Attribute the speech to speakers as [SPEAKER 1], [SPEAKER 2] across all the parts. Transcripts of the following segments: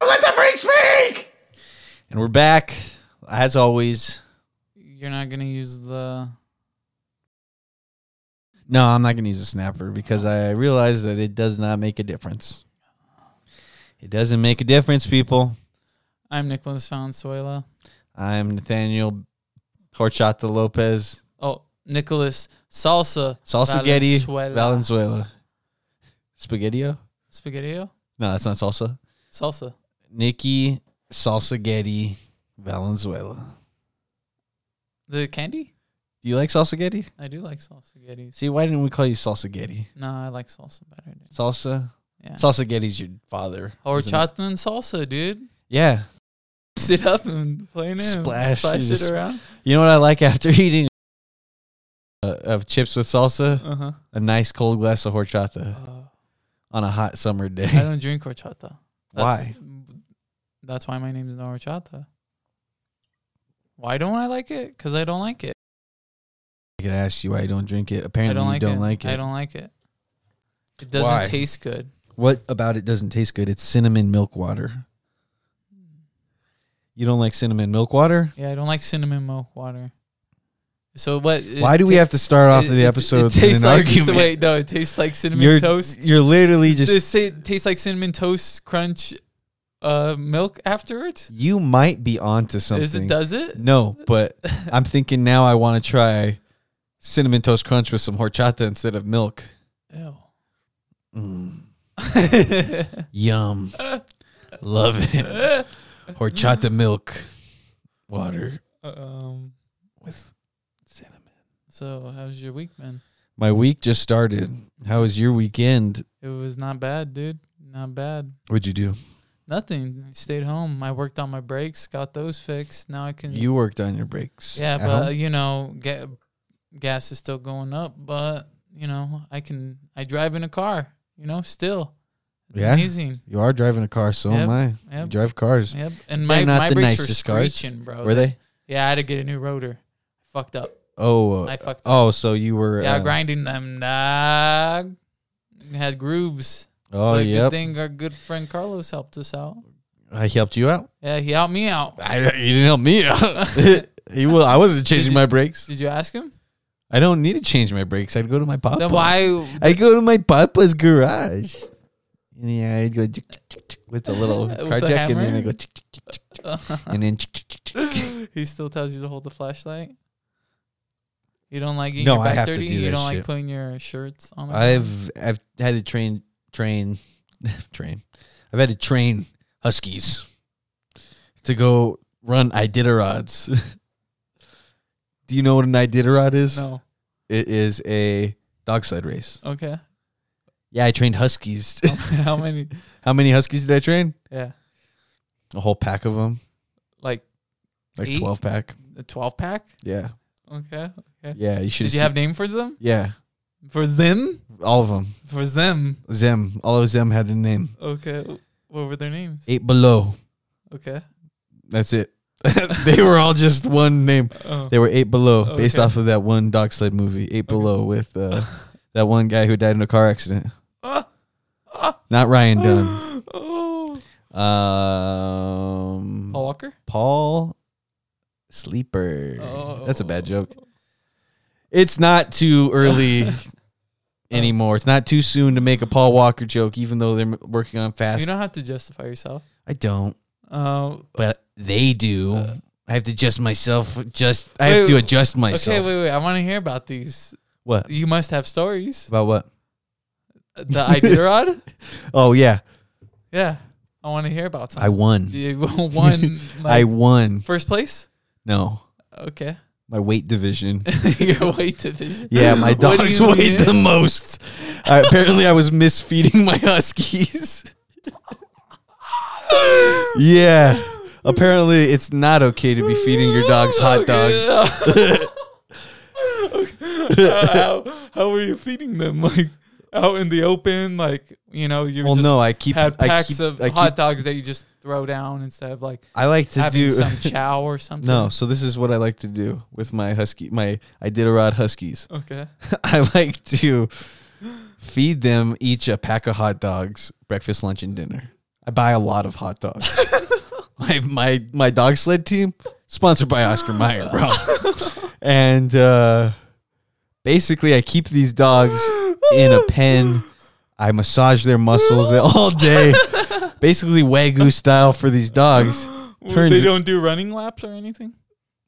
[SPEAKER 1] Let the freak speak.
[SPEAKER 2] And we're back, as always.
[SPEAKER 3] You're not gonna use the.
[SPEAKER 2] No, I'm not going to use a snapper because I realize that it does not make a difference. It doesn't make a difference, people.
[SPEAKER 3] I'm Nicholas Valenzuela.
[SPEAKER 2] I'm Nathaniel Horchata Lopez,
[SPEAKER 3] Oh, Nicholas Salsa.
[SPEAKER 2] Salsa Getty
[SPEAKER 3] Valenzuela.
[SPEAKER 2] Valenzuela. Spaghettio?
[SPEAKER 3] Spaghettio.
[SPEAKER 2] No, that's not salsa.
[SPEAKER 3] Salsa.
[SPEAKER 2] Nikki Salsa Getty Valenzuela.
[SPEAKER 3] The candy.
[SPEAKER 2] Do you like salsa Getty?
[SPEAKER 3] I do like salsa Getty's.
[SPEAKER 2] See, why didn't we call you salsa Getty?
[SPEAKER 3] No, I like salsa better. Dude.
[SPEAKER 2] Salsa?
[SPEAKER 3] Yeah.
[SPEAKER 2] Salsa Getty's your father. isn't it?
[SPEAKER 3] Horchata and salsa, dude.
[SPEAKER 2] Yeah.
[SPEAKER 3] Mix it up and play it.
[SPEAKER 2] Splash,
[SPEAKER 3] Splash, splash
[SPEAKER 2] you
[SPEAKER 3] it
[SPEAKER 2] just-
[SPEAKER 3] around.
[SPEAKER 2] You know what I like after eating uh, of chips with salsa?
[SPEAKER 3] Uh huh.
[SPEAKER 2] A nice cold glass of horchata on a hot summer
[SPEAKER 3] Uh, I
[SPEAKER 2] day.
[SPEAKER 3] don't drink horchata. That's,
[SPEAKER 2] Why?
[SPEAKER 3] That's why my name is no horchata. Why don't I like it? Because I don't like it.
[SPEAKER 2] I can ask you why you don't drink it. Apparently,
[SPEAKER 3] I don't
[SPEAKER 2] you
[SPEAKER 3] like
[SPEAKER 2] don't
[SPEAKER 3] it.
[SPEAKER 2] like it.
[SPEAKER 3] I don't like it. It doesn't
[SPEAKER 2] Why?
[SPEAKER 3] taste good.
[SPEAKER 2] What about it doesn't taste good? It's cinnamon milk water. You don't like cinnamon milk water?
[SPEAKER 3] Yeah, I don't like cinnamon milk water. So what? it
[SPEAKER 2] Why do we
[SPEAKER 3] ta-
[SPEAKER 2] have to start off
[SPEAKER 3] it-
[SPEAKER 2] the
[SPEAKER 3] it-
[SPEAKER 2] episode
[SPEAKER 3] It, tastes
[SPEAKER 2] with an
[SPEAKER 3] like so
[SPEAKER 2] argument?
[SPEAKER 3] wait, no, it tastes like cinnamon
[SPEAKER 2] you're,
[SPEAKER 3] toast.
[SPEAKER 2] You're literally just.
[SPEAKER 3] This it tastes like cinnamon toast crunch, uh, milk afterwards.
[SPEAKER 2] you might be onto something.
[SPEAKER 3] Is it? Does it?
[SPEAKER 2] no, but I'm thinking now I want to try cinnamon toast crunch with some horchata instead of milk.
[SPEAKER 3] Ew.
[SPEAKER 2] Mm. Yum. Love it. Horchata milk water
[SPEAKER 3] um.
[SPEAKER 2] with cinnamon.
[SPEAKER 3] So how's your week been?
[SPEAKER 2] My week just started. How was your weekend?
[SPEAKER 3] It was not bad, dude. Not bad.
[SPEAKER 2] What'd you do?
[SPEAKER 3] Nothing. I stayed home. I worked on my brakes, got those fixed. Now I can.
[SPEAKER 2] You worked on your breaks.
[SPEAKER 3] yeah,
[SPEAKER 2] at
[SPEAKER 3] but uh,
[SPEAKER 2] home?
[SPEAKER 3] you know, ga- gas is still going up. But you know, I can. I drive in a car. You know, still. It's
[SPEAKER 2] Yeah?
[SPEAKER 3] amazing.
[SPEAKER 2] you are driving a car, so am I. You
[SPEAKER 3] Yep.
[SPEAKER 2] drive cars.
[SPEAKER 3] Yep. And my
[SPEAKER 2] They're not
[SPEAKER 3] my
[SPEAKER 2] the
[SPEAKER 3] brakes were
[SPEAKER 2] nicest cars.
[SPEAKER 3] screeching, bro.
[SPEAKER 2] Were they?
[SPEAKER 3] Yeah, I had to get a new rotor. Fucked up.
[SPEAKER 2] Oh, uh,
[SPEAKER 3] I fucked up.
[SPEAKER 2] oh, so you were.
[SPEAKER 3] Yeah,
[SPEAKER 2] uh,
[SPEAKER 3] grinding them. Dog. Had grooves.
[SPEAKER 2] Oh,
[SPEAKER 3] but good
[SPEAKER 2] yep.
[SPEAKER 3] thing our good friend Carlos helped us out.
[SPEAKER 2] I helped you out.
[SPEAKER 3] Yeah, he helped me out.
[SPEAKER 2] I, you didn't help me out. he will. I wasn't changing
[SPEAKER 3] you-
[SPEAKER 2] my brakes.
[SPEAKER 3] Did you ask him?
[SPEAKER 2] I don't need to change my brakes. I'd go to my papa.
[SPEAKER 3] Then why?
[SPEAKER 2] I go to my papa's garage. And yeah, I'd go tick, tick, tick, tick with the little
[SPEAKER 3] With the
[SPEAKER 2] car jack, and then I
[SPEAKER 3] hammer?
[SPEAKER 2] go tick, tick, tick, tick, tick, and then tick, tick, tick, tick, tick.
[SPEAKER 3] he still tells you to hold the flashlight. You don't like getting
[SPEAKER 2] No,
[SPEAKER 3] your
[SPEAKER 2] I
[SPEAKER 3] back
[SPEAKER 2] have to
[SPEAKER 3] dirty.
[SPEAKER 2] do
[SPEAKER 3] you
[SPEAKER 2] that
[SPEAKER 3] don't like
[SPEAKER 2] shit.
[SPEAKER 3] putting your shirts on. The
[SPEAKER 2] I've I've had to train train train. I've had to train huskies to go run Iditarods. Do you know what an Iditarod is?
[SPEAKER 3] ground.
[SPEAKER 2] It is a dog sled race.
[SPEAKER 3] no. Okay.
[SPEAKER 2] Yeah, I trained huskies.
[SPEAKER 3] How- How many?
[SPEAKER 2] How many huskies did I train?
[SPEAKER 3] Yeah,
[SPEAKER 2] A whole pack of them,
[SPEAKER 3] like
[SPEAKER 2] like
[SPEAKER 3] Eight?
[SPEAKER 2] twelve pack.
[SPEAKER 3] a twelve pack.
[SPEAKER 2] Yeah,
[SPEAKER 3] Okay.
[SPEAKER 2] yeah. You should.
[SPEAKER 3] Did you have name for them?
[SPEAKER 2] Yeah,
[SPEAKER 3] For them?
[SPEAKER 2] all of them.
[SPEAKER 3] For them?
[SPEAKER 2] Zem. All of Zem had a name.
[SPEAKER 3] Okay. What were their names?
[SPEAKER 2] Eight below.
[SPEAKER 3] Okay.
[SPEAKER 2] That's it. they were all just one name.
[SPEAKER 3] Oh.
[SPEAKER 2] They were eight below,
[SPEAKER 3] Oh,
[SPEAKER 2] based
[SPEAKER 3] okay.
[SPEAKER 2] off of that one dog sled movie, Eight Below, with uh, that one guy who died in a car accident.
[SPEAKER 3] Ah.
[SPEAKER 2] Not Ryan Dunn.
[SPEAKER 3] oh.
[SPEAKER 2] Um,
[SPEAKER 3] Paul Walker.
[SPEAKER 2] Paul Sleeper.
[SPEAKER 3] Oh.
[SPEAKER 2] That's a bad joke. It's not too early anymore. It's not too soon to make a Paul Walker joke, even though they're m- working on fast.
[SPEAKER 3] You don't have to justify yourself.
[SPEAKER 2] I don't.
[SPEAKER 3] Uh,
[SPEAKER 2] but they do. I have to adjust myself. Just I have
[SPEAKER 3] Wait,
[SPEAKER 2] to
[SPEAKER 3] wait,
[SPEAKER 2] adjust myself.
[SPEAKER 3] okay, wait, wait. I want to hear about these.
[SPEAKER 2] What
[SPEAKER 3] You must have stories.
[SPEAKER 2] about what?
[SPEAKER 3] The idea rod?
[SPEAKER 2] Oh yeah,
[SPEAKER 3] Yeah. I want to hear about
[SPEAKER 2] I
[SPEAKER 3] something.
[SPEAKER 2] won.
[SPEAKER 3] You won
[SPEAKER 2] I
[SPEAKER 3] like,
[SPEAKER 2] won.
[SPEAKER 3] first place?
[SPEAKER 2] No,
[SPEAKER 3] Okay.
[SPEAKER 2] my weight division.
[SPEAKER 3] Your weight division.
[SPEAKER 2] Yeah, my
[SPEAKER 3] What do
[SPEAKER 2] dogs
[SPEAKER 3] you
[SPEAKER 2] weighed
[SPEAKER 3] mean?
[SPEAKER 2] the most. I, apparently, I was misfeeding my huskies. yeah. Apparently, it's not okay to be feeding your dogs hot dogs.
[SPEAKER 3] Okay. how, how, how were you feeding them? Like out in the open? Like, you know, you
[SPEAKER 2] Well,
[SPEAKER 3] just
[SPEAKER 2] no, I keep.
[SPEAKER 3] had
[SPEAKER 2] I
[SPEAKER 3] packs
[SPEAKER 2] keep,
[SPEAKER 3] of
[SPEAKER 2] I, keep-
[SPEAKER 3] hot dogs that you just throw down instead of like
[SPEAKER 2] I like to
[SPEAKER 3] having
[SPEAKER 2] do
[SPEAKER 3] some chow or something?
[SPEAKER 2] No, so this is what I like to do with my husky, my Iditarod huskies.
[SPEAKER 3] Okay.
[SPEAKER 2] I like to feed them each a pack of hot dogs, breakfast, lunch, and dinner. I buy a lot of hot dogs. my my my dog sled team sponsored by Oscar Mayer, bro. and uh, basically, I keep these dogs in a pen. I massage their muscles all day, basically wagyu style for these dogs. Turns-
[SPEAKER 3] they don't do running laps or anything,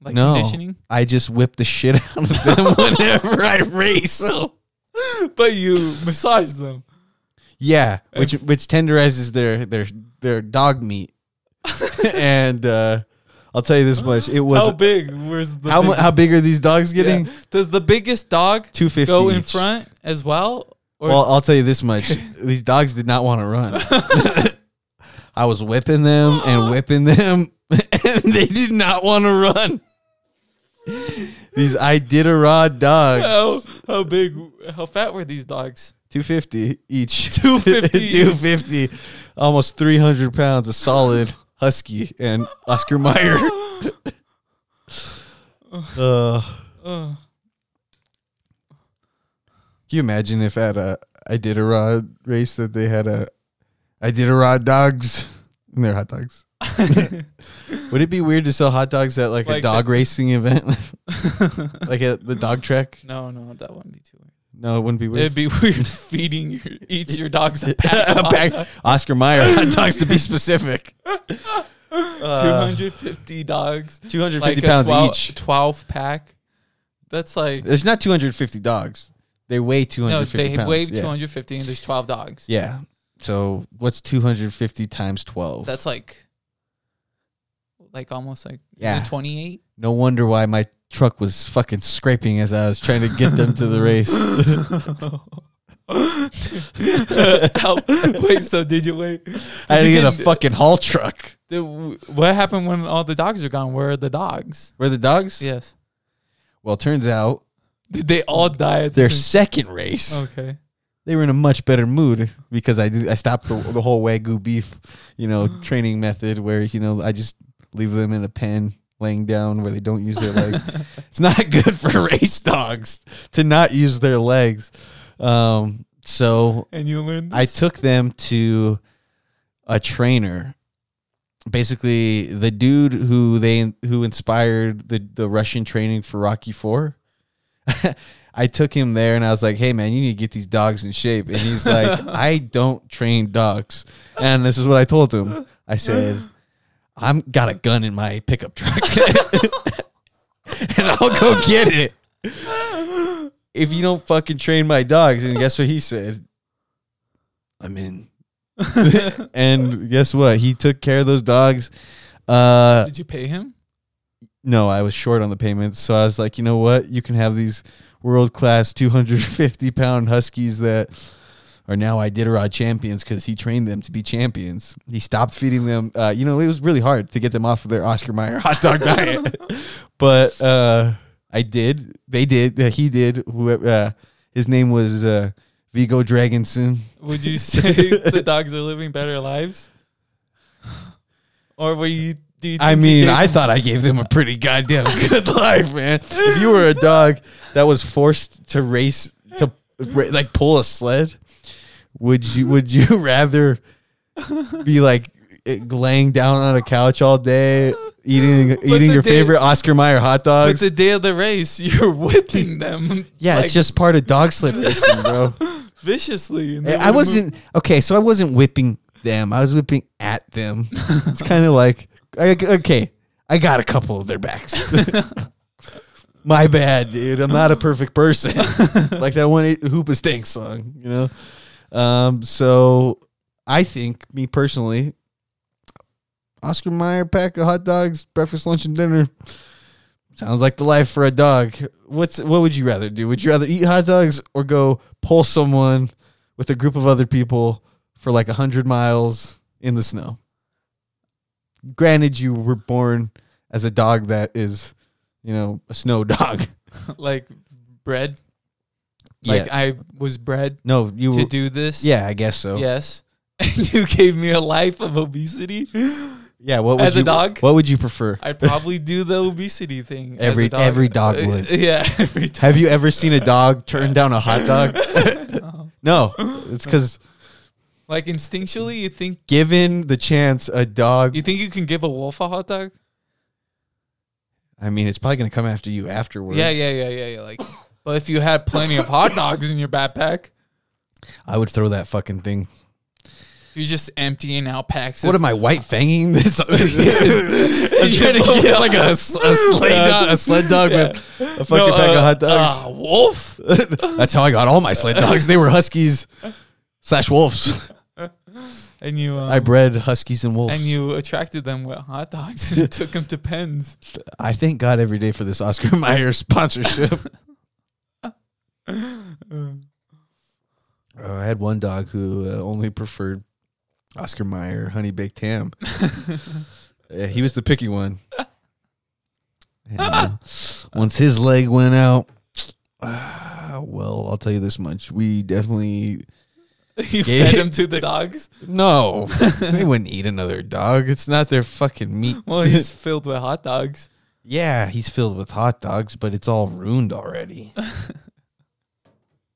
[SPEAKER 3] like
[SPEAKER 2] no,
[SPEAKER 3] conditioning.
[SPEAKER 2] I just whip the shit out of them whenever I race them.
[SPEAKER 3] But you massage them.
[SPEAKER 2] Yeah, which which tenderizes their their their dog meat. and uh, I'll tell you this much: it was
[SPEAKER 3] how big? Where's the
[SPEAKER 2] how mu-
[SPEAKER 3] big-
[SPEAKER 2] how big are these dogs
[SPEAKER 3] yeah.
[SPEAKER 2] getting?
[SPEAKER 3] Does the biggest dog
[SPEAKER 2] Two fifty.
[SPEAKER 3] go in front as well? Or
[SPEAKER 2] Well, I'll tell you this much: these dogs did not want to run. I was whipping them and whipping them, and they did not want to run. These Iditarod
[SPEAKER 3] how,
[SPEAKER 2] dogs,
[SPEAKER 3] how big? How fat were these dogs?
[SPEAKER 2] two fifty each,
[SPEAKER 3] 250 each.
[SPEAKER 2] two fifty, almost three hundred pounds, a solid husky and Oscar Mayer. Uh,
[SPEAKER 3] Ugh.
[SPEAKER 2] Can you imagine if at a I did a rod race that they had a I did a rod dogs and they're hot dogs? Would it be weird to sell hot dogs at like, a
[SPEAKER 3] Like
[SPEAKER 2] dog racing event, like at the dog track?
[SPEAKER 3] no, no, that wouldn't be too weird.
[SPEAKER 2] No, it wouldn't be weird.
[SPEAKER 3] It'd be weird feeding your eats your dogs a pack.
[SPEAKER 2] A pack- Oscar Mayer hot dogs to be specific.
[SPEAKER 3] Two
[SPEAKER 2] Uh,
[SPEAKER 3] hundred fifty dogs,
[SPEAKER 2] 250
[SPEAKER 3] a
[SPEAKER 2] pounds
[SPEAKER 3] 12
[SPEAKER 2] each.
[SPEAKER 3] Twelve pack. That's like
[SPEAKER 2] There's not 250 dogs. They weigh
[SPEAKER 3] no,
[SPEAKER 2] 250
[SPEAKER 3] they
[SPEAKER 2] pounds.
[SPEAKER 3] weigh
[SPEAKER 2] yeah.
[SPEAKER 3] two hundred fifty, and there's twelve dogs.
[SPEAKER 2] yeah. So what's 250 times 12?
[SPEAKER 3] That's like, like almost like
[SPEAKER 2] Yeah.
[SPEAKER 3] twenty eight.
[SPEAKER 2] No wonder why my truck was fucking scraping as I was trying to get them to the race.
[SPEAKER 3] wait, so did you wait? Did
[SPEAKER 2] I had to
[SPEAKER 3] you
[SPEAKER 2] get a fucking haul truck.
[SPEAKER 3] the- What happened when all the dogs are gone? Where are the dogs?
[SPEAKER 2] Where the dogs?
[SPEAKER 3] Yes,
[SPEAKER 2] Well, turns out
[SPEAKER 3] did they all die at the
[SPEAKER 2] their
[SPEAKER 3] same-
[SPEAKER 2] second race,
[SPEAKER 3] okay.
[SPEAKER 2] they were in a much better mood because I did, I stopped the, the whole wagyu beef, you know, training method where you know I just leave them in a pen laying down where they don't use their legs. it's not good for race dogs to not use their legs. Um, so
[SPEAKER 3] And you learned.
[SPEAKER 2] I took them to a trainer. Basically, the dude who they who inspired the the Russian training for Rocky Four. I took him there and I was like, "Hey man, you need to get these dogs in shape." And he's like, "I don't train dogs." And this is what I told him. I said, "I'm got a gun in my pickup truck." and I'll go get it. If you don't fucking train my dogs, and guess what he said? I'm in. and guess what? He took care of those dogs. Uh,
[SPEAKER 3] Did you pay him?
[SPEAKER 2] no, I was short on the payments, so I was like, you know what? You can have these world class 250 pound huskies that are now Iditarod champions because he trained them to be champions. He stopped feeding them. Uh, you know, it was really hard to get them off of their Oscar Mayer hot dog diet, but uh, I did. They did. Uh, he did. Whoever, uh, his name was uh, Vigo Dragonson.
[SPEAKER 3] Would you say the dogs are living better lives? Or were you? Do you
[SPEAKER 2] I
[SPEAKER 3] think you
[SPEAKER 2] mean,
[SPEAKER 3] gave
[SPEAKER 2] I
[SPEAKER 3] them-
[SPEAKER 2] thought I gave them a pretty goddamn good life, man. If you were a dog that was forced to race to ra- like pull a sled, would you would you rather be like eh, laying down on a couch all day eating eating
[SPEAKER 3] the
[SPEAKER 2] your
[SPEAKER 3] day-
[SPEAKER 2] favorite Oscar Mayer hot
[SPEAKER 3] But
[SPEAKER 2] dogs?
[SPEAKER 3] the day of the race, you're whipping them.
[SPEAKER 2] yeah,
[SPEAKER 3] like,
[SPEAKER 2] it's just part of dog sled racing, bro.
[SPEAKER 3] viciously. and they
[SPEAKER 2] Eh, I
[SPEAKER 3] would've
[SPEAKER 2] wasn't okay, so I wasn't whipping them. I was whipping at them. It's kind of like I, okay, I got a couple of their backs. My bad, dude. I'm not a perfect person. like that one eight- "Hoop a Stank" song, you know. Um, so I think, me personally, Oscar Mayer pack of hot dogs, breakfast, lunch, and dinner. Sounds like the life for a dog. What's what would you rather do? Would you rather eat hot dogs or go pull someone with a group of other people for like hundred miles in the snow? Granted, you were born as a dog that is, you know, a snow dog.
[SPEAKER 3] moved, like bread. Like I was bred
[SPEAKER 2] No, you
[SPEAKER 3] to
[SPEAKER 2] were.
[SPEAKER 3] do this.
[SPEAKER 2] Yeah, I guess so.
[SPEAKER 3] Yes. And you gave me a life of obesity.
[SPEAKER 2] Yeah, What would
[SPEAKER 3] As a
[SPEAKER 2] you,
[SPEAKER 3] dog?
[SPEAKER 2] What would you prefer?
[SPEAKER 3] I'd probably do the obesity thing. as a
[SPEAKER 2] Every-
[SPEAKER 3] dog.
[SPEAKER 2] every dog
[SPEAKER 3] Uh,
[SPEAKER 2] would.
[SPEAKER 3] Yeah, every time.
[SPEAKER 2] Have you ever seen a dog turn down a hot dog? no, it's because
[SPEAKER 3] Like instinctually, you think
[SPEAKER 2] Given the chance, a dog.
[SPEAKER 3] you think you can give a wolf a hot dog?
[SPEAKER 2] I mean, it's probably gonna come after you afterwards.
[SPEAKER 3] Yeah, yeah, yeah, yeah, yeah. Like, but if you had plenty of hot dogs in your backpack,
[SPEAKER 2] I would throw that fucking thing.
[SPEAKER 3] you're just emptying out packs.
[SPEAKER 2] What
[SPEAKER 3] of,
[SPEAKER 2] am I white fanging this? I'm trying to get like a, s- a sled dog, a sled dog with a fucking pack of hot dogs.
[SPEAKER 3] Uh, wolf.
[SPEAKER 2] That's how I got all my sled dogs. They were huskies slash wolves.
[SPEAKER 3] And you, um,
[SPEAKER 2] I bred huskies and wolves.
[SPEAKER 3] and you attracted them with hot dogs and took them to pens.
[SPEAKER 2] I thank God every day for this Oscar Mayer sponsorship. Uh, I had one dog who uh, only preferred Oscar Mayer honey baked ham. Yeah, he was the picky one. And, uh, once his leg went out, ah, well, I'll tell you this much: we definitely
[SPEAKER 3] you
[SPEAKER 2] Yeah.
[SPEAKER 3] fed them to the dogs.
[SPEAKER 2] no. they wouldn't eat another dog. It's not their fucking meat.
[SPEAKER 3] Well, he's filled with hot dogs.
[SPEAKER 2] yeah, he's filled with hot dogs, but it's all ruined already.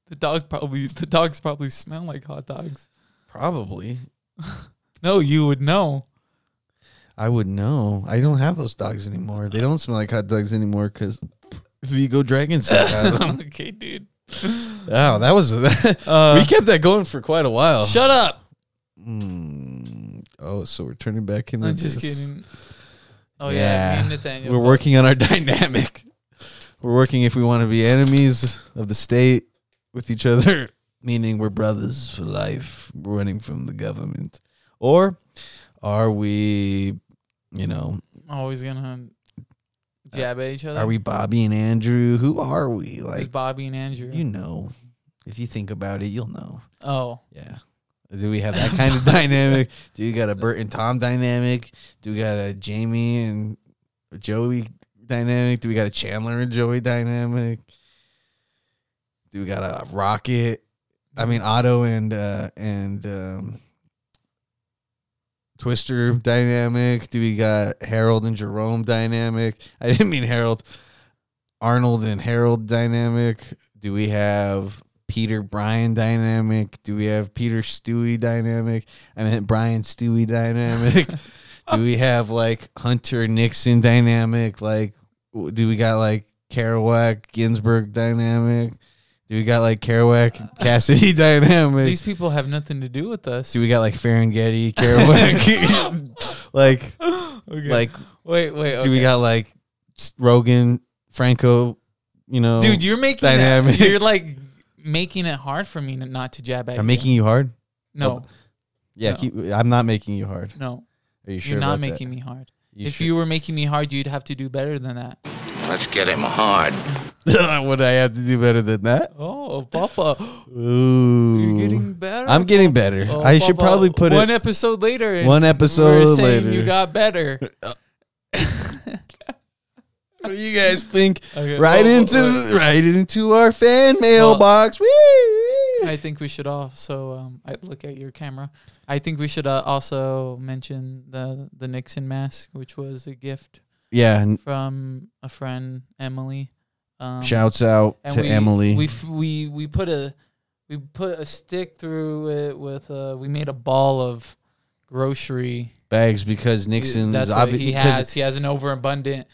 [SPEAKER 3] The dog probably the dogs probably smell like hot dogs.
[SPEAKER 2] Probably.
[SPEAKER 3] No, you would know.
[SPEAKER 2] I would know. I don't have those dogs anymore. They don't smell like hot dogs anymore because Vigo Dragons. had them.
[SPEAKER 3] okay, dude.
[SPEAKER 2] oh, that was
[SPEAKER 3] Uh,
[SPEAKER 2] we kept that going for quite a while.
[SPEAKER 3] Shut up.
[SPEAKER 2] Mm. Oh, so we're turning back into
[SPEAKER 3] I'm just
[SPEAKER 2] this.
[SPEAKER 3] kidding. Oh yeah,
[SPEAKER 2] Yeah.
[SPEAKER 3] me and Nathaniel.
[SPEAKER 2] We're working on our dynamic. We're working if we want to be enemies of the state with each other, meaning we're brothers for life, running from the government, or are we, you know,
[SPEAKER 3] always gonna jab at each other.
[SPEAKER 2] Uh, are we Bobby and Andrew? Who are we?
[SPEAKER 3] It's
[SPEAKER 2] Like
[SPEAKER 3] Bobby and Andrew.
[SPEAKER 2] you know, if you think about it, you'll know.
[SPEAKER 3] oh,
[SPEAKER 2] Yeah. Do we have that kind of dynamic? Do we got a Bert and Tom dynamic? Do we got a Jamie and Joey dynamic? Do we got a Chandler and Joey dynamic? Do we got a Rocket? I mean Otto and uh and um Twister dynamic? Do we got Harold and Jerome dynamic? I didn't mean Harold. Arnold and Harold dynamic? Do we have Peter Brian dynamic? Do we have Peter Stewie dynamic? I meant Brian Stewie dynamic. do we have like Hunter Nixon dynamic? Like, w- do we got like Kerouac Ginsburg dynamic? Do we got like Kerouac and Cassidy dynamic?
[SPEAKER 3] these people have nothing to do with us.
[SPEAKER 2] do we got like Ferengeti Kerouac? like,
[SPEAKER 3] Okay.
[SPEAKER 2] like,
[SPEAKER 3] wait, wait.
[SPEAKER 2] do we
[SPEAKER 3] okay.
[SPEAKER 2] got like s- Rogan Franco? You know,
[SPEAKER 3] dude? You're making it-
[SPEAKER 2] dynamic.
[SPEAKER 3] you're like making it hard for me n- not to jab at.
[SPEAKER 2] I'm
[SPEAKER 3] you.
[SPEAKER 2] making you hard.
[SPEAKER 3] no,
[SPEAKER 2] Yeah,
[SPEAKER 3] No.
[SPEAKER 2] keep, I'm not making you hard.
[SPEAKER 3] no.
[SPEAKER 2] Are you sure?
[SPEAKER 3] you're not
[SPEAKER 2] about that?
[SPEAKER 3] making me hard.
[SPEAKER 2] You
[SPEAKER 3] if
[SPEAKER 2] sure?
[SPEAKER 3] you were making me hard, you'd have to do better than that.
[SPEAKER 1] Let's get him hard.
[SPEAKER 2] Would I have to do better than that?
[SPEAKER 3] Oh, Papa,
[SPEAKER 2] Ooh.
[SPEAKER 3] you're getting better.
[SPEAKER 2] I'm getting better.
[SPEAKER 3] Oh,
[SPEAKER 2] I should
[SPEAKER 3] Papa,
[SPEAKER 2] probably put
[SPEAKER 3] one
[SPEAKER 2] it.
[SPEAKER 3] episode later. and
[SPEAKER 2] One episode
[SPEAKER 3] we're saying
[SPEAKER 2] later.
[SPEAKER 3] You got better.
[SPEAKER 2] What do you guys think?
[SPEAKER 3] Oh, Okay,
[SPEAKER 2] Right
[SPEAKER 3] well,
[SPEAKER 2] into
[SPEAKER 3] well,
[SPEAKER 2] right into our fan mailbox. Whee!
[SPEAKER 3] I think we should also. Um, I look at your camera. I think we should uh, also mention the the Nixon mask, which was a gift
[SPEAKER 2] yeah. and
[SPEAKER 3] from a friend, Emily. Um,
[SPEAKER 2] Shouts out
[SPEAKER 3] and
[SPEAKER 2] to
[SPEAKER 3] we,
[SPEAKER 2] Emily.
[SPEAKER 3] We f- we we put a we put a stick through it with a. We made a ball of grocery.
[SPEAKER 2] bags because Nixon
[SPEAKER 3] That's
[SPEAKER 2] is
[SPEAKER 3] what
[SPEAKER 2] obvi-
[SPEAKER 3] he
[SPEAKER 2] because
[SPEAKER 3] has. He has an overabundant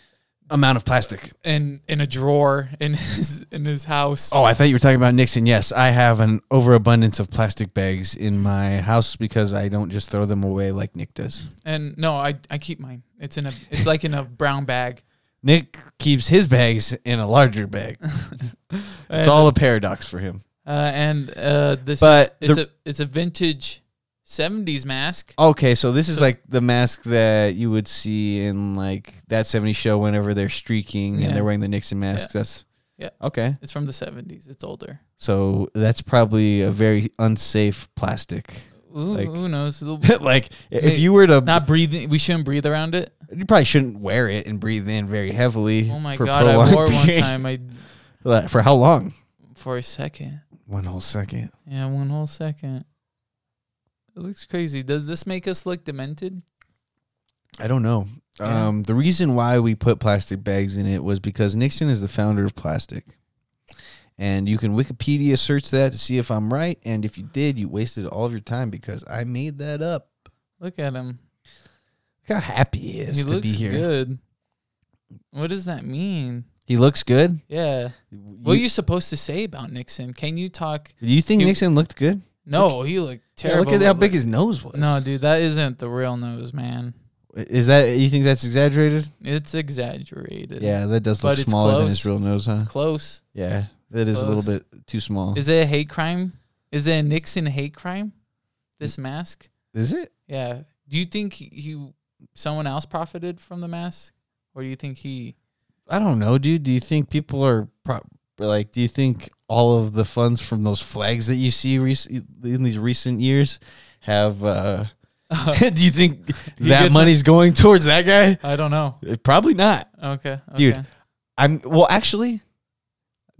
[SPEAKER 2] amount of plastic.
[SPEAKER 3] in in a drawer in his in his house.
[SPEAKER 2] Oh, I thought you were talking about Nixon. Yes, I have an overabundance of plastic bags in my house because I don't just throw them away like Nick does.
[SPEAKER 3] And no, I I keep mine. It's in a it's like in a brown bag.
[SPEAKER 2] Nick keeps his bags in a larger bag. It's
[SPEAKER 3] And-
[SPEAKER 2] all a paradox for him.
[SPEAKER 3] Uh, and uh, this
[SPEAKER 2] But
[SPEAKER 3] is, it's a it's a vintage '70s mask.
[SPEAKER 2] Okay, so this is like the mask that you would see in like that 70s show whenever they're streaking
[SPEAKER 3] Yeah.
[SPEAKER 2] and they're wearing the Nixon mask. That's
[SPEAKER 3] Yeah.
[SPEAKER 2] Okay.
[SPEAKER 3] It's from the '70s. It's older.
[SPEAKER 2] So that's probably a very unsafe plastic.
[SPEAKER 3] Ooh,
[SPEAKER 2] Like-
[SPEAKER 3] who knows? It'll-
[SPEAKER 2] like
[SPEAKER 3] Nick,
[SPEAKER 2] if you were to
[SPEAKER 3] Not breathing. We shouldn't breathe around it.
[SPEAKER 2] you probably shouldn't wear it and breathe in very heavily.
[SPEAKER 3] Oh my
[SPEAKER 2] for
[SPEAKER 3] god! I
[SPEAKER 2] prolonged
[SPEAKER 3] wore it one
[SPEAKER 2] period.
[SPEAKER 3] time. I
[SPEAKER 2] Like, For how long?
[SPEAKER 3] for a second.
[SPEAKER 2] One whole second.
[SPEAKER 3] Yeah, one whole second. It looks crazy. Does this make us look demented?
[SPEAKER 2] I don't know.
[SPEAKER 3] Yeah.
[SPEAKER 2] Um, the reason why we put plastic bags in it was because Nixon is the founder of plastic, And you can Wikipedia search that to see if I'm right. And if you did, you wasted all of your time because I made that up.
[SPEAKER 3] Look at him.
[SPEAKER 2] Look how happy he is
[SPEAKER 3] he
[SPEAKER 2] to
[SPEAKER 3] looks
[SPEAKER 2] be here.
[SPEAKER 3] good. What does that mean?
[SPEAKER 2] He looks good.
[SPEAKER 3] Yeah. What are you supposed to say about Nixon? Can you talk?
[SPEAKER 2] you think
[SPEAKER 3] you-
[SPEAKER 2] Nixon looked good?
[SPEAKER 3] No, he looked
[SPEAKER 2] Yeah,
[SPEAKER 3] terrible.
[SPEAKER 2] look at how
[SPEAKER 3] but-
[SPEAKER 2] big his nose was.
[SPEAKER 3] No, dude, that isn't the real nose, man.
[SPEAKER 2] Is that you think that's exaggerated?
[SPEAKER 3] It's exaggerated.
[SPEAKER 2] Yeah, that does
[SPEAKER 3] But
[SPEAKER 2] look
[SPEAKER 3] it's
[SPEAKER 2] smaller than
[SPEAKER 3] close.
[SPEAKER 2] his real nose, huh?
[SPEAKER 3] It's close.
[SPEAKER 2] Yeah, that is a little bit too small.
[SPEAKER 3] Is it a hate crime? Is it a Nixon hate crime? This mask?
[SPEAKER 2] Is it?
[SPEAKER 3] Yeah. Do you think he- he someone else profited from the mask? Or do you think he
[SPEAKER 2] I don't know, dude. Do you think people are pro- like? Do you think all of the funds from those flags that you see rec- in these recent years have? uh Do you think
[SPEAKER 3] He
[SPEAKER 2] that
[SPEAKER 3] gets-
[SPEAKER 2] money's going towards that guy?
[SPEAKER 3] I don't know.
[SPEAKER 2] Uh, Probably not,
[SPEAKER 3] Okay. okay.
[SPEAKER 2] dude. I'm well, actually,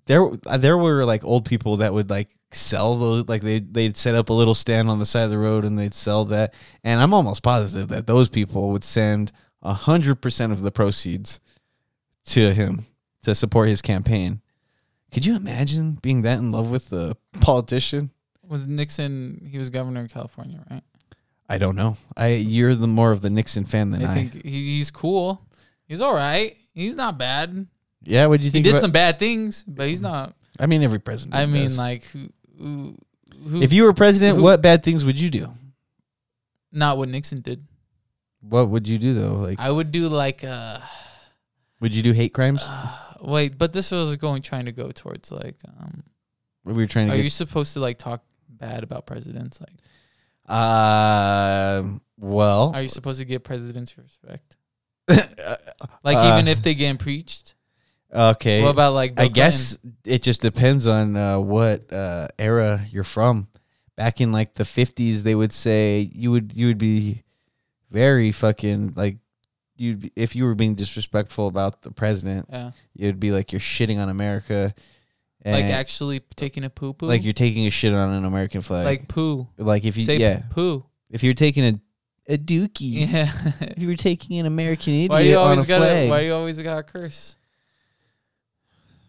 [SPEAKER 2] there uh, there were like old people that would like sell those like they they'd set up a little stand on the side of the road and they'd sell that and i'm almost positive that those people would send 100% of the proceeds to him to support his campaign could you imagine being that in love with the politician
[SPEAKER 3] Was Nixon he was governor of California, right?
[SPEAKER 2] i don't know i you're the more of the nixon fan than
[SPEAKER 3] I
[SPEAKER 2] i,
[SPEAKER 3] think he, he's cool. He's all right. He's not bad.
[SPEAKER 2] yeah what do you
[SPEAKER 3] He
[SPEAKER 2] think
[SPEAKER 3] did
[SPEAKER 2] about-
[SPEAKER 3] some bad things, but he's not.
[SPEAKER 2] i mean every president
[SPEAKER 3] I mean,
[SPEAKER 2] does.
[SPEAKER 3] like who, who, who
[SPEAKER 2] if you were president
[SPEAKER 3] who-
[SPEAKER 2] what bad things would you do
[SPEAKER 3] not what Nixon did.
[SPEAKER 2] what would you do though like
[SPEAKER 3] I would do like uh,
[SPEAKER 2] would you do hate crimes
[SPEAKER 3] wait, but this was going trying to go towards like um,
[SPEAKER 2] we were trying to
[SPEAKER 3] are
[SPEAKER 2] get
[SPEAKER 3] you supposed to like talk bad about presidents? Like,
[SPEAKER 2] Uh, well,
[SPEAKER 3] are you supposed to give presidents respect? Like,
[SPEAKER 2] Uh,
[SPEAKER 3] even if they get impeached,
[SPEAKER 2] okay.
[SPEAKER 3] what about like Bill
[SPEAKER 2] I guess it just depends on uh, what uh, era you're from. Back in like the fifties, they would say you would you would be very fucking like you'd be, if you were being disrespectful about the president,
[SPEAKER 3] Clinton?
[SPEAKER 2] it'd be like you're shitting on America,
[SPEAKER 3] Yeah, like
[SPEAKER 2] and
[SPEAKER 3] actually taking a poo poo,
[SPEAKER 2] like you're taking a shit on an American flag.
[SPEAKER 3] like poo,
[SPEAKER 2] like if you
[SPEAKER 3] say
[SPEAKER 2] yeah,
[SPEAKER 3] poo,
[SPEAKER 2] if you're taking a a dookie,
[SPEAKER 3] yeah.
[SPEAKER 2] if you were taking an American idiot
[SPEAKER 3] why you
[SPEAKER 2] on
[SPEAKER 3] always
[SPEAKER 2] a
[SPEAKER 3] gotta?
[SPEAKER 2] flag,
[SPEAKER 3] Why you always gotta curse?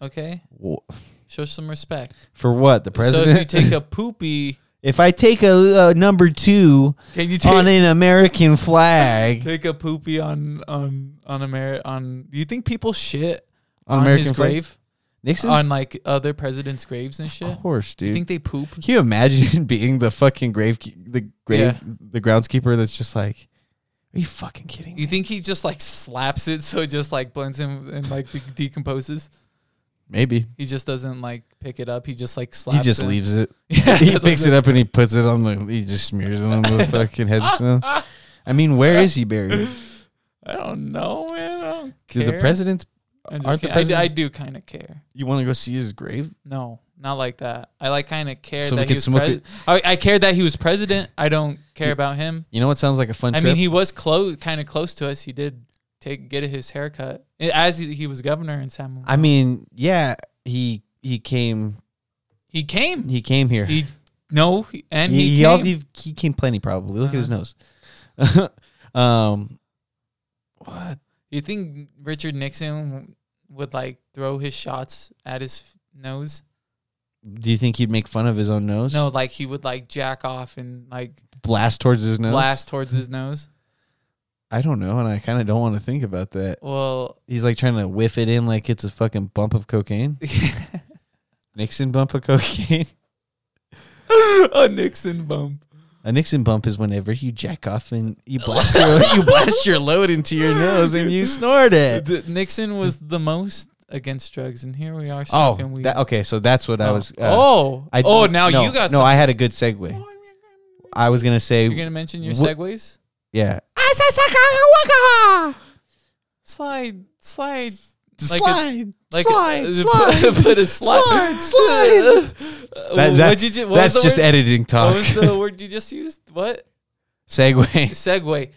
[SPEAKER 3] Okay,
[SPEAKER 2] Wha-
[SPEAKER 3] show some respect.
[SPEAKER 2] For what? The
[SPEAKER 3] So if
[SPEAKER 2] president?
[SPEAKER 3] you take a poopy,
[SPEAKER 2] if I take a, a number two
[SPEAKER 3] can you take
[SPEAKER 2] on an American flag,
[SPEAKER 3] take a poopy on on on Ameri- on do you think people shit
[SPEAKER 2] On
[SPEAKER 3] on,
[SPEAKER 2] American
[SPEAKER 3] his
[SPEAKER 2] flag?
[SPEAKER 3] grave
[SPEAKER 2] Nixon?
[SPEAKER 3] on like other presidents graves and shit
[SPEAKER 2] of course,
[SPEAKER 3] you
[SPEAKER 2] dude.
[SPEAKER 3] think they poop
[SPEAKER 2] Can you imagine being the fucking grave, the grave,
[SPEAKER 3] Yeah.
[SPEAKER 2] the groundskeeper? That's just like, are you fucking kidding me?
[SPEAKER 3] you think he just like slaps it so it just like blends in and like de- decomposes
[SPEAKER 2] Maybe
[SPEAKER 3] he just doesn't like pick it up he just like slaps
[SPEAKER 2] he just
[SPEAKER 3] it.
[SPEAKER 2] leaves it.
[SPEAKER 3] yeah,
[SPEAKER 2] he
[SPEAKER 3] that's what I'm
[SPEAKER 2] picks it
[SPEAKER 3] saying.
[SPEAKER 2] up and he puts it on the. He just smears it on the fucking headstone. I mean, where is he buried?
[SPEAKER 3] I don't know man I don't
[SPEAKER 2] Do
[SPEAKER 3] care
[SPEAKER 2] the president's?
[SPEAKER 3] I, just
[SPEAKER 2] aren't the
[SPEAKER 3] can't- I d-
[SPEAKER 2] president-
[SPEAKER 3] I do kind of care
[SPEAKER 2] You want to go see his grave?
[SPEAKER 3] no not like that I like kind of care
[SPEAKER 2] So we
[SPEAKER 3] that
[SPEAKER 2] could
[SPEAKER 3] he was
[SPEAKER 2] smoke
[SPEAKER 3] president I, I care that he was president I don't care about him
[SPEAKER 2] You know what sounds like a fun
[SPEAKER 3] I
[SPEAKER 2] trip?
[SPEAKER 3] mean, he was close, kind of close to us. He did take get his haircut as he, he was governor in San.
[SPEAKER 2] I mean, yeah, he he came
[SPEAKER 3] he came.
[SPEAKER 2] he came here.
[SPEAKER 3] He no, he- and he,
[SPEAKER 2] he,
[SPEAKER 3] came. Uh-huh.
[SPEAKER 2] he, al- he, he came plenty probably. Look at his nose. um, what?
[SPEAKER 3] you think Richard Nixon would like throw his shots at his f- nose?
[SPEAKER 2] Do you think he'd make fun of his own nose?
[SPEAKER 3] No, like he would like jack off and like
[SPEAKER 2] blast towards his nose.
[SPEAKER 3] blast towards his nose.
[SPEAKER 2] I don't know, and I kind of don't want to think about that.
[SPEAKER 3] Well,
[SPEAKER 2] He's like trying to whiff it in like it's a fucking bump of cocaine. Nixon bump of cocaine.
[SPEAKER 3] a Nixon bump.
[SPEAKER 2] A Nixon bump is whenever you jack off and you blast your, you blast your load into your nose and you snort it.
[SPEAKER 3] D- Nixon was the most against drugs, and here we are.
[SPEAKER 2] Oh,
[SPEAKER 3] smoking weed.
[SPEAKER 2] that, okay. So that's what I was. Uh,
[SPEAKER 3] oh,
[SPEAKER 2] I,
[SPEAKER 3] oh! Now
[SPEAKER 2] no,
[SPEAKER 3] you got
[SPEAKER 2] no.
[SPEAKER 3] some-
[SPEAKER 2] I had a good segue. I was gonna say
[SPEAKER 3] You're gonna mention your
[SPEAKER 2] Wh-
[SPEAKER 3] segues?
[SPEAKER 2] Yeah.
[SPEAKER 3] Slide, slide, Like a-
[SPEAKER 2] slide,
[SPEAKER 3] like
[SPEAKER 2] slide,
[SPEAKER 3] uh,
[SPEAKER 2] slide,
[SPEAKER 3] Put, put a slide,
[SPEAKER 2] slide, slide. That-
[SPEAKER 3] Uh,
[SPEAKER 2] that-
[SPEAKER 3] what'd you ju- what was
[SPEAKER 2] That's
[SPEAKER 3] the
[SPEAKER 2] just
[SPEAKER 3] word?
[SPEAKER 2] editing
[SPEAKER 3] What
[SPEAKER 2] talk.
[SPEAKER 3] was the word you just used? What
[SPEAKER 2] Segway.
[SPEAKER 3] segue?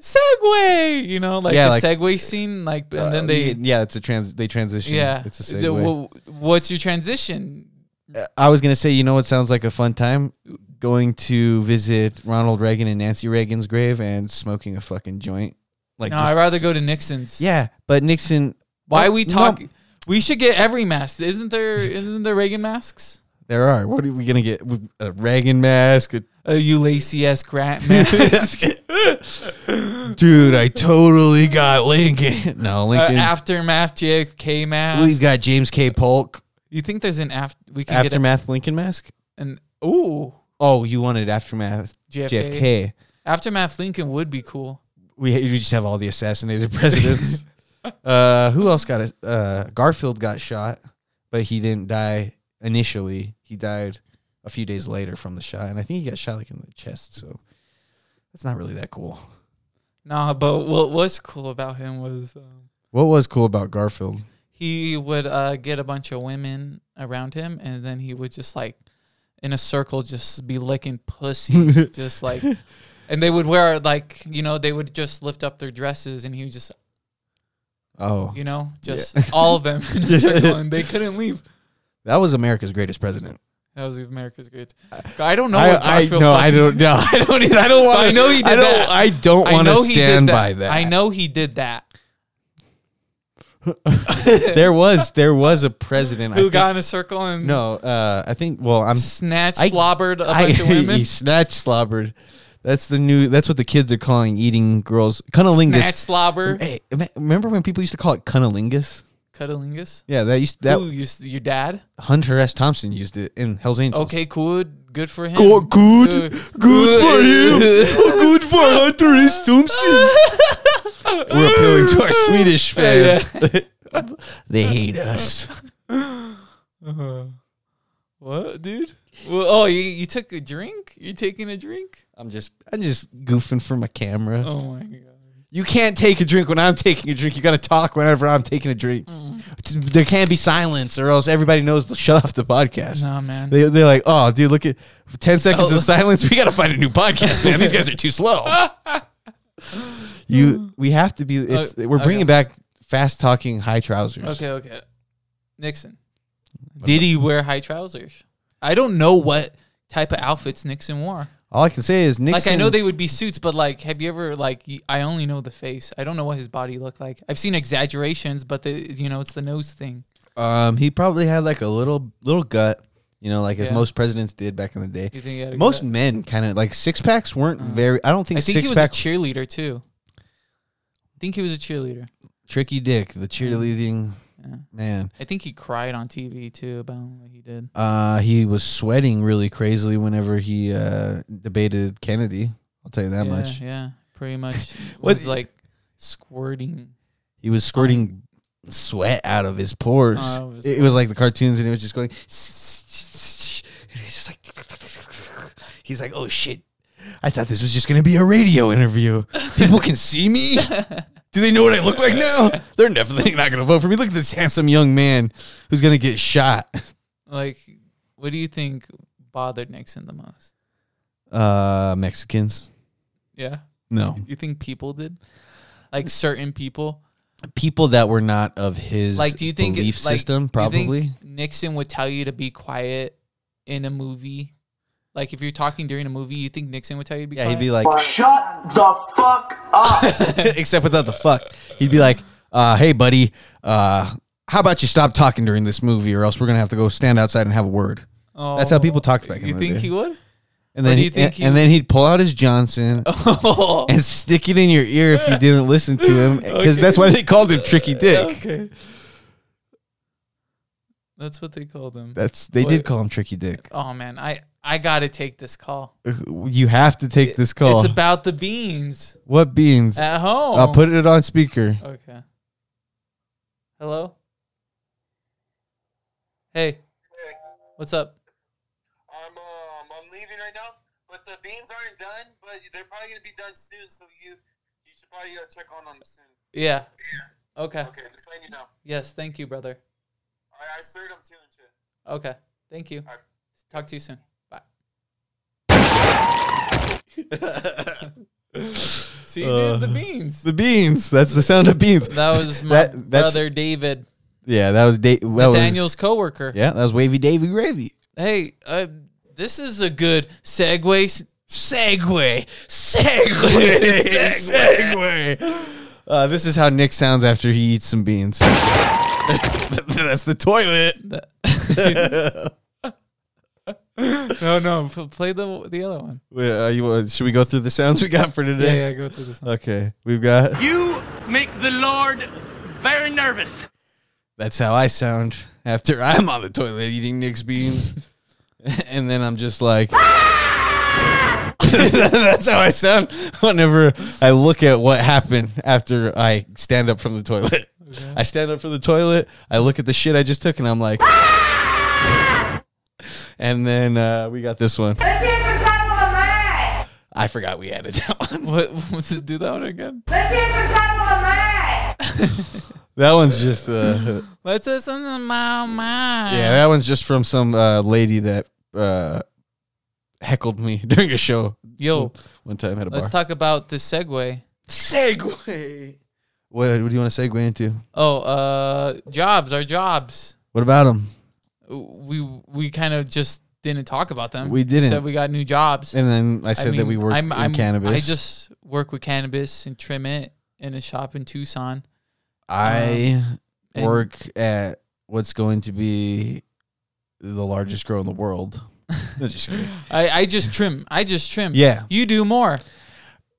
[SPEAKER 3] Segue. You know, like
[SPEAKER 2] Yeah,
[SPEAKER 3] the
[SPEAKER 2] like-
[SPEAKER 3] segue scene. Like, and
[SPEAKER 2] Uh,
[SPEAKER 3] then they,
[SPEAKER 2] yeah, it's a trans. They transition.
[SPEAKER 3] yeah.
[SPEAKER 2] it's a
[SPEAKER 3] The-
[SPEAKER 2] segue.
[SPEAKER 3] wh- what's your transition?
[SPEAKER 2] Uh, I was gonna say, you know what sounds like a fun time? Going to visit Ronald Reagan and Nancy Reagan's grave and smoking a fucking joint. Like,
[SPEAKER 3] no,
[SPEAKER 2] just-
[SPEAKER 3] I'd rather go to Nixon's.
[SPEAKER 2] Yeah, but Nixon.
[SPEAKER 3] Why
[SPEAKER 2] No,
[SPEAKER 3] we
[SPEAKER 2] no.
[SPEAKER 3] talk? We should get every mask. Isn't there? Isn't there Reagan masks?
[SPEAKER 2] There are. What are we gonna get? A Reagan mask, a
[SPEAKER 3] A Ulysses Grant mask.
[SPEAKER 2] Dude, I totally got Lincoln. No,
[SPEAKER 3] Uh,
[SPEAKER 2] Lincoln.
[SPEAKER 3] aftermath
[SPEAKER 2] Ooh,
[SPEAKER 3] JFK
[SPEAKER 2] he's
[SPEAKER 3] mask.
[SPEAKER 2] got James K. Polk
[SPEAKER 3] You think there's an after? We can get
[SPEAKER 2] aftermath Lincoln mask.
[SPEAKER 3] a, an ooh
[SPEAKER 2] Oh, you wanted aftermath
[SPEAKER 3] JFK.
[SPEAKER 2] JFK.
[SPEAKER 3] Aftermath Lincoln would be cool.
[SPEAKER 2] We we just have all the assassinated presidents. uh, who else got it? Uh, Garfield got shot, but he didn't die initially. He died a few days later from the shot, and I think he got shot like in the chest. So that's not really that cool.
[SPEAKER 3] Nah, but what was cool about him was um,
[SPEAKER 2] What was cool about Garfield?
[SPEAKER 3] he would uh, get a bunch of women around him, and then he would just like in a circle just be licking pussy, just like, and they would wear like you know they would just lift up their dresses, and he would just
[SPEAKER 2] Oh,
[SPEAKER 3] you know just
[SPEAKER 2] Yeah.
[SPEAKER 3] all of them in a
[SPEAKER 2] Yeah.
[SPEAKER 3] circle, and they couldn't leave.
[SPEAKER 2] that was America's greatest president.
[SPEAKER 3] That was America's great. I don't know. what
[SPEAKER 2] I, I
[SPEAKER 3] Garfield
[SPEAKER 2] no, I
[SPEAKER 3] fucking-
[SPEAKER 2] don't know. I don't. Need, I don't want.
[SPEAKER 3] I know he did
[SPEAKER 2] I don't,
[SPEAKER 3] that.
[SPEAKER 2] I don't
[SPEAKER 3] I
[SPEAKER 2] want to
[SPEAKER 3] know he did
[SPEAKER 2] stand by that.
[SPEAKER 3] I know he did that.
[SPEAKER 2] there was there was a president. I
[SPEAKER 3] Who
[SPEAKER 2] think-
[SPEAKER 3] got in a circle and
[SPEAKER 2] no? Uh, I think. Well, I'm.
[SPEAKER 3] snatched,
[SPEAKER 2] I-
[SPEAKER 3] slobbered a
[SPEAKER 2] I,
[SPEAKER 3] bunch of women?
[SPEAKER 2] he snatch slobbered. That's the new. That's what the kids are calling eating girls.
[SPEAKER 3] Snatch,
[SPEAKER 2] Cunnilingus.
[SPEAKER 3] slobber,
[SPEAKER 2] Hey, em- remember when people used to call it cunnilingus?
[SPEAKER 3] cunnilingus.
[SPEAKER 2] Yeah, that used that
[SPEAKER 3] That, Who used your dad?
[SPEAKER 2] Hunter S. Thompson used it in Hell's Angels.
[SPEAKER 3] Okay, cool. Good for him.
[SPEAKER 2] Go- good,
[SPEAKER 3] Good.
[SPEAKER 2] good, for him. good for Hunter S. Thompson. We're appealing to our Swedish
[SPEAKER 3] Yeah,
[SPEAKER 2] fans. they hate us.
[SPEAKER 3] Uh-huh. What, dude? Well, oh, you, you took a drink? You taking a drink?
[SPEAKER 2] I'm just, I'm just goofing for my camera.
[SPEAKER 3] Oh my god.
[SPEAKER 2] You can't take a drink when I'm taking a drink. You gotta talk whenever I'm taking a drink.
[SPEAKER 3] Mm.
[SPEAKER 2] There can't be silence, or else everybody knows to shut off the podcast.
[SPEAKER 3] Nah, man.
[SPEAKER 2] They, they're like, oh, dude, look at 10 seconds
[SPEAKER 3] Oh.
[SPEAKER 2] of silence. We got to find a new podcast, man. These guys are too slow. you, we have to be, it's,
[SPEAKER 3] Uh, Okay.
[SPEAKER 2] we're bringing back fast talking high trousers.
[SPEAKER 3] okay, okay. Nixon. Did he wear high trousers? I don't know what type of outfits Nixon wore.
[SPEAKER 2] All I can say is Nixon.
[SPEAKER 3] Like I know they would be suits, but like, have you ever like? y- I only know the face. I don't know what his body looked like. I've seen exaggerations, but the you know it's the nose thing.
[SPEAKER 2] um, he probably had like a little, little gut, you know, like as
[SPEAKER 3] Yeah.
[SPEAKER 2] most presidents did back in the day.
[SPEAKER 3] You think he had a
[SPEAKER 2] Most
[SPEAKER 3] gut?
[SPEAKER 2] men kind of like six packs weren't very, I don't think,
[SPEAKER 3] Mm. I think
[SPEAKER 2] six
[SPEAKER 3] he was
[SPEAKER 2] pack
[SPEAKER 3] a cheerleader too. I think he was a cheerleader.
[SPEAKER 2] Tricky Dick, the cheerleading
[SPEAKER 3] Yeah.
[SPEAKER 2] man.
[SPEAKER 3] I think he cried on TV too about what he did.
[SPEAKER 2] Uh, he was sweating really crazily whenever he uh, debated Kennedy. I'll tell you that
[SPEAKER 3] yeah,
[SPEAKER 2] much.
[SPEAKER 3] Yeah, pretty much.
[SPEAKER 2] What-
[SPEAKER 3] was like squirting.
[SPEAKER 2] He was squirting sweat out of his pores.
[SPEAKER 3] Oh, it was-
[SPEAKER 2] it, it was like the cartoons, and it was just going. And he's just like, he's like, oh shit! I thought this was just gonna be a radio interview. People can see me. Do they know what I look like now? They're definitely not gonna vote for me. Look at this handsome young man who's gonna get shot.
[SPEAKER 3] Like, what do you think bothered Nixon the most?
[SPEAKER 2] Uh, Mexicans.
[SPEAKER 3] Yeah,
[SPEAKER 2] No.
[SPEAKER 3] you think people did, like certain people.
[SPEAKER 2] people that were not of his
[SPEAKER 3] like do you think
[SPEAKER 2] belief
[SPEAKER 3] like,
[SPEAKER 2] system
[SPEAKER 3] do you think
[SPEAKER 2] probably
[SPEAKER 3] nixon would tell you to be quiet in a movie like if you're talking during a movie you think nixon would tell you to be
[SPEAKER 2] yeah
[SPEAKER 3] quiet
[SPEAKER 2] he'd be like
[SPEAKER 4] Shut the fuck up.
[SPEAKER 2] except without the fuck he'd be like uh, hey buddy uh, how about you stop talking during this movie or else we're gonna have to go stand outside and have a word
[SPEAKER 3] oh,
[SPEAKER 2] that's how people talked back in
[SPEAKER 3] you
[SPEAKER 2] the
[SPEAKER 3] think
[SPEAKER 2] day.
[SPEAKER 3] he would
[SPEAKER 2] and then
[SPEAKER 3] do
[SPEAKER 2] he,
[SPEAKER 3] you
[SPEAKER 2] and,
[SPEAKER 3] think
[SPEAKER 2] and
[SPEAKER 3] he- Oh.
[SPEAKER 2] then he'd pull out his johnson and stick it in your ear if you didn't listen to him because
[SPEAKER 3] Okay.
[SPEAKER 2] that's why they called him tricky dick
[SPEAKER 3] okay that's what they called him
[SPEAKER 2] that's they
[SPEAKER 3] Wait.
[SPEAKER 2] did call him tricky dick
[SPEAKER 3] oh man i i gotta take this call
[SPEAKER 2] you have to take this call
[SPEAKER 3] it's about Oh. the beans
[SPEAKER 2] what beans
[SPEAKER 3] at home
[SPEAKER 2] i'll put it on speaker
[SPEAKER 3] okay hello hey what's up
[SPEAKER 5] I'm um, I'm leaving right now, but the beans aren't done, but they're probably gonna be done soon. So you you should probably uh, check on them soon.
[SPEAKER 3] yeah okay
[SPEAKER 5] Okay, just letting you know.
[SPEAKER 3] Yes, thank you, brother.
[SPEAKER 5] I, I stirred them too and shit.
[SPEAKER 3] Okay, thank you.
[SPEAKER 5] Alright.
[SPEAKER 3] Talk to you soon. Bye. See, dude,
[SPEAKER 2] Uh,
[SPEAKER 3] the beans.
[SPEAKER 2] the beans that's the sound of beans
[SPEAKER 3] That was my
[SPEAKER 2] That- that's-
[SPEAKER 3] brother David,
[SPEAKER 2] Yeah, that was da- that was
[SPEAKER 3] Daniel's coworker.
[SPEAKER 2] Yeah, that was Wavy Davy Gravy.
[SPEAKER 3] Hey, uh, this is a good segue.
[SPEAKER 2] Segway, segway, segway. Uh, this is how Nick sounds after he eats some beans. That's the toilet.
[SPEAKER 3] no, no, p- play the the other one.
[SPEAKER 2] Wait, uh, you, uh, should we go through the sounds we got for
[SPEAKER 3] Yeah,
[SPEAKER 2] today?
[SPEAKER 3] yeah, go through this. One.
[SPEAKER 2] Okay, we've got.
[SPEAKER 6] You make the Lord very nervous.
[SPEAKER 2] That's how I sound after I'm on the toilet eating Nick's beans, and then I'm just like. That's how I sound whenever I look at what happened after I stand up from the toilet. I stand up from the toilet. I look at the shit I just took, and I'm like. and then uh, we got this one.
[SPEAKER 7] Let's hear some Pablo Mare.
[SPEAKER 2] I forgot we added that one.
[SPEAKER 3] What, what's it, do that one again?
[SPEAKER 7] Let's hear some Pablo Mare.
[SPEAKER 2] That one's just uh,
[SPEAKER 3] What's this in my mind?
[SPEAKER 2] yeah, that one's just from some uh, lady that uh, heckled me during a show
[SPEAKER 3] Yo,
[SPEAKER 2] one time at a
[SPEAKER 3] let's
[SPEAKER 2] bar.
[SPEAKER 3] talk about the segue.
[SPEAKER 2] segue. What, what do you want to segue into?
[SPEAKER 3] Oh, uh, jobs, our jobs.
[SPEAKER 2] What about them?
[SPEAKER 3] We we kind of just didn't talk about them.
[SPEAKER 2] We didn't.
[SPEAKER 3] Said we got new jobs.
[SPEAKER 2] And then I said that we
[SPEAKER 3] mean,
[SPEAKER 2] work
[SPEAKER 3] I'm-
[SPEAKER 2] in
[SPEAKER 3] I'm-
[SPEAKER 2] cannabis.
[SPEAKER 3] I just work with cannabis and trim it in a shop in Tucson.
[SPEAKER 2] I
[SPEAKER 3] uh, and-
[SPEAKER 2] work at what's going to be the largest grow in the world. Just kidding.
[SPEAKER 3] I, I just trim. I just trim.
[SPEAKER 2] Yeah.
[SPEAKER 3] You do more.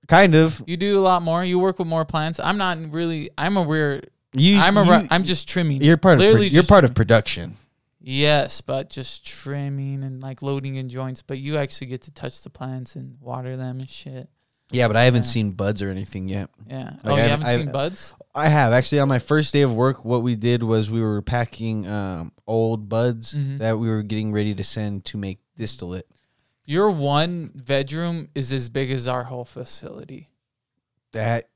[SPEAKER 2] kind of.
[SPEAKER 3] You do a lot more. You work with more plants. I'm not really. I'm a weird.
[SPEAKER 2] You,
[SPEAKER 3] I'm a.
[SPEAKER 2] you-
[SPEAKER 3] ri- I'm just trimming.
[SPEAKER 2] You're part of. pro-
[SPEAKER 3] Literally
[SPEAKER 2] You're
[SPEAKER 3] just
[SPEAKER 2] part
[SPEAKER 3] trimming.
[SPEAKER 2] of production.
[SPEAKER 3] Yes, but just trimming and like loading in joints. But you actually get to touch the plants and water them and shit.
[SPEAKER 2] Yeah, but I haven't
[SPEAKER 3] Yeah.
[SPEAKER 2] seen buds or anything yet.
[SPEAKER 3] Yeah.
[SPEAKER 2] Like,
[SPEAKER 3] oh, you
[SPEAKER 2] I've-
[SPEAKER 3] haven't
[SPEAKER 2] I've-
[SPEAKER 3] seen buds?
[SPEAKER 2] I have actually on my first day of work. What we did was we were packing um, old buds
[SPEAKER 3] Mhm.
[SPEAKER 2] that we were getting ready to send to make distillate.
[SPEAKER 3] Your one bedroom is as big as our whole facility.
[SPEAKER 2] That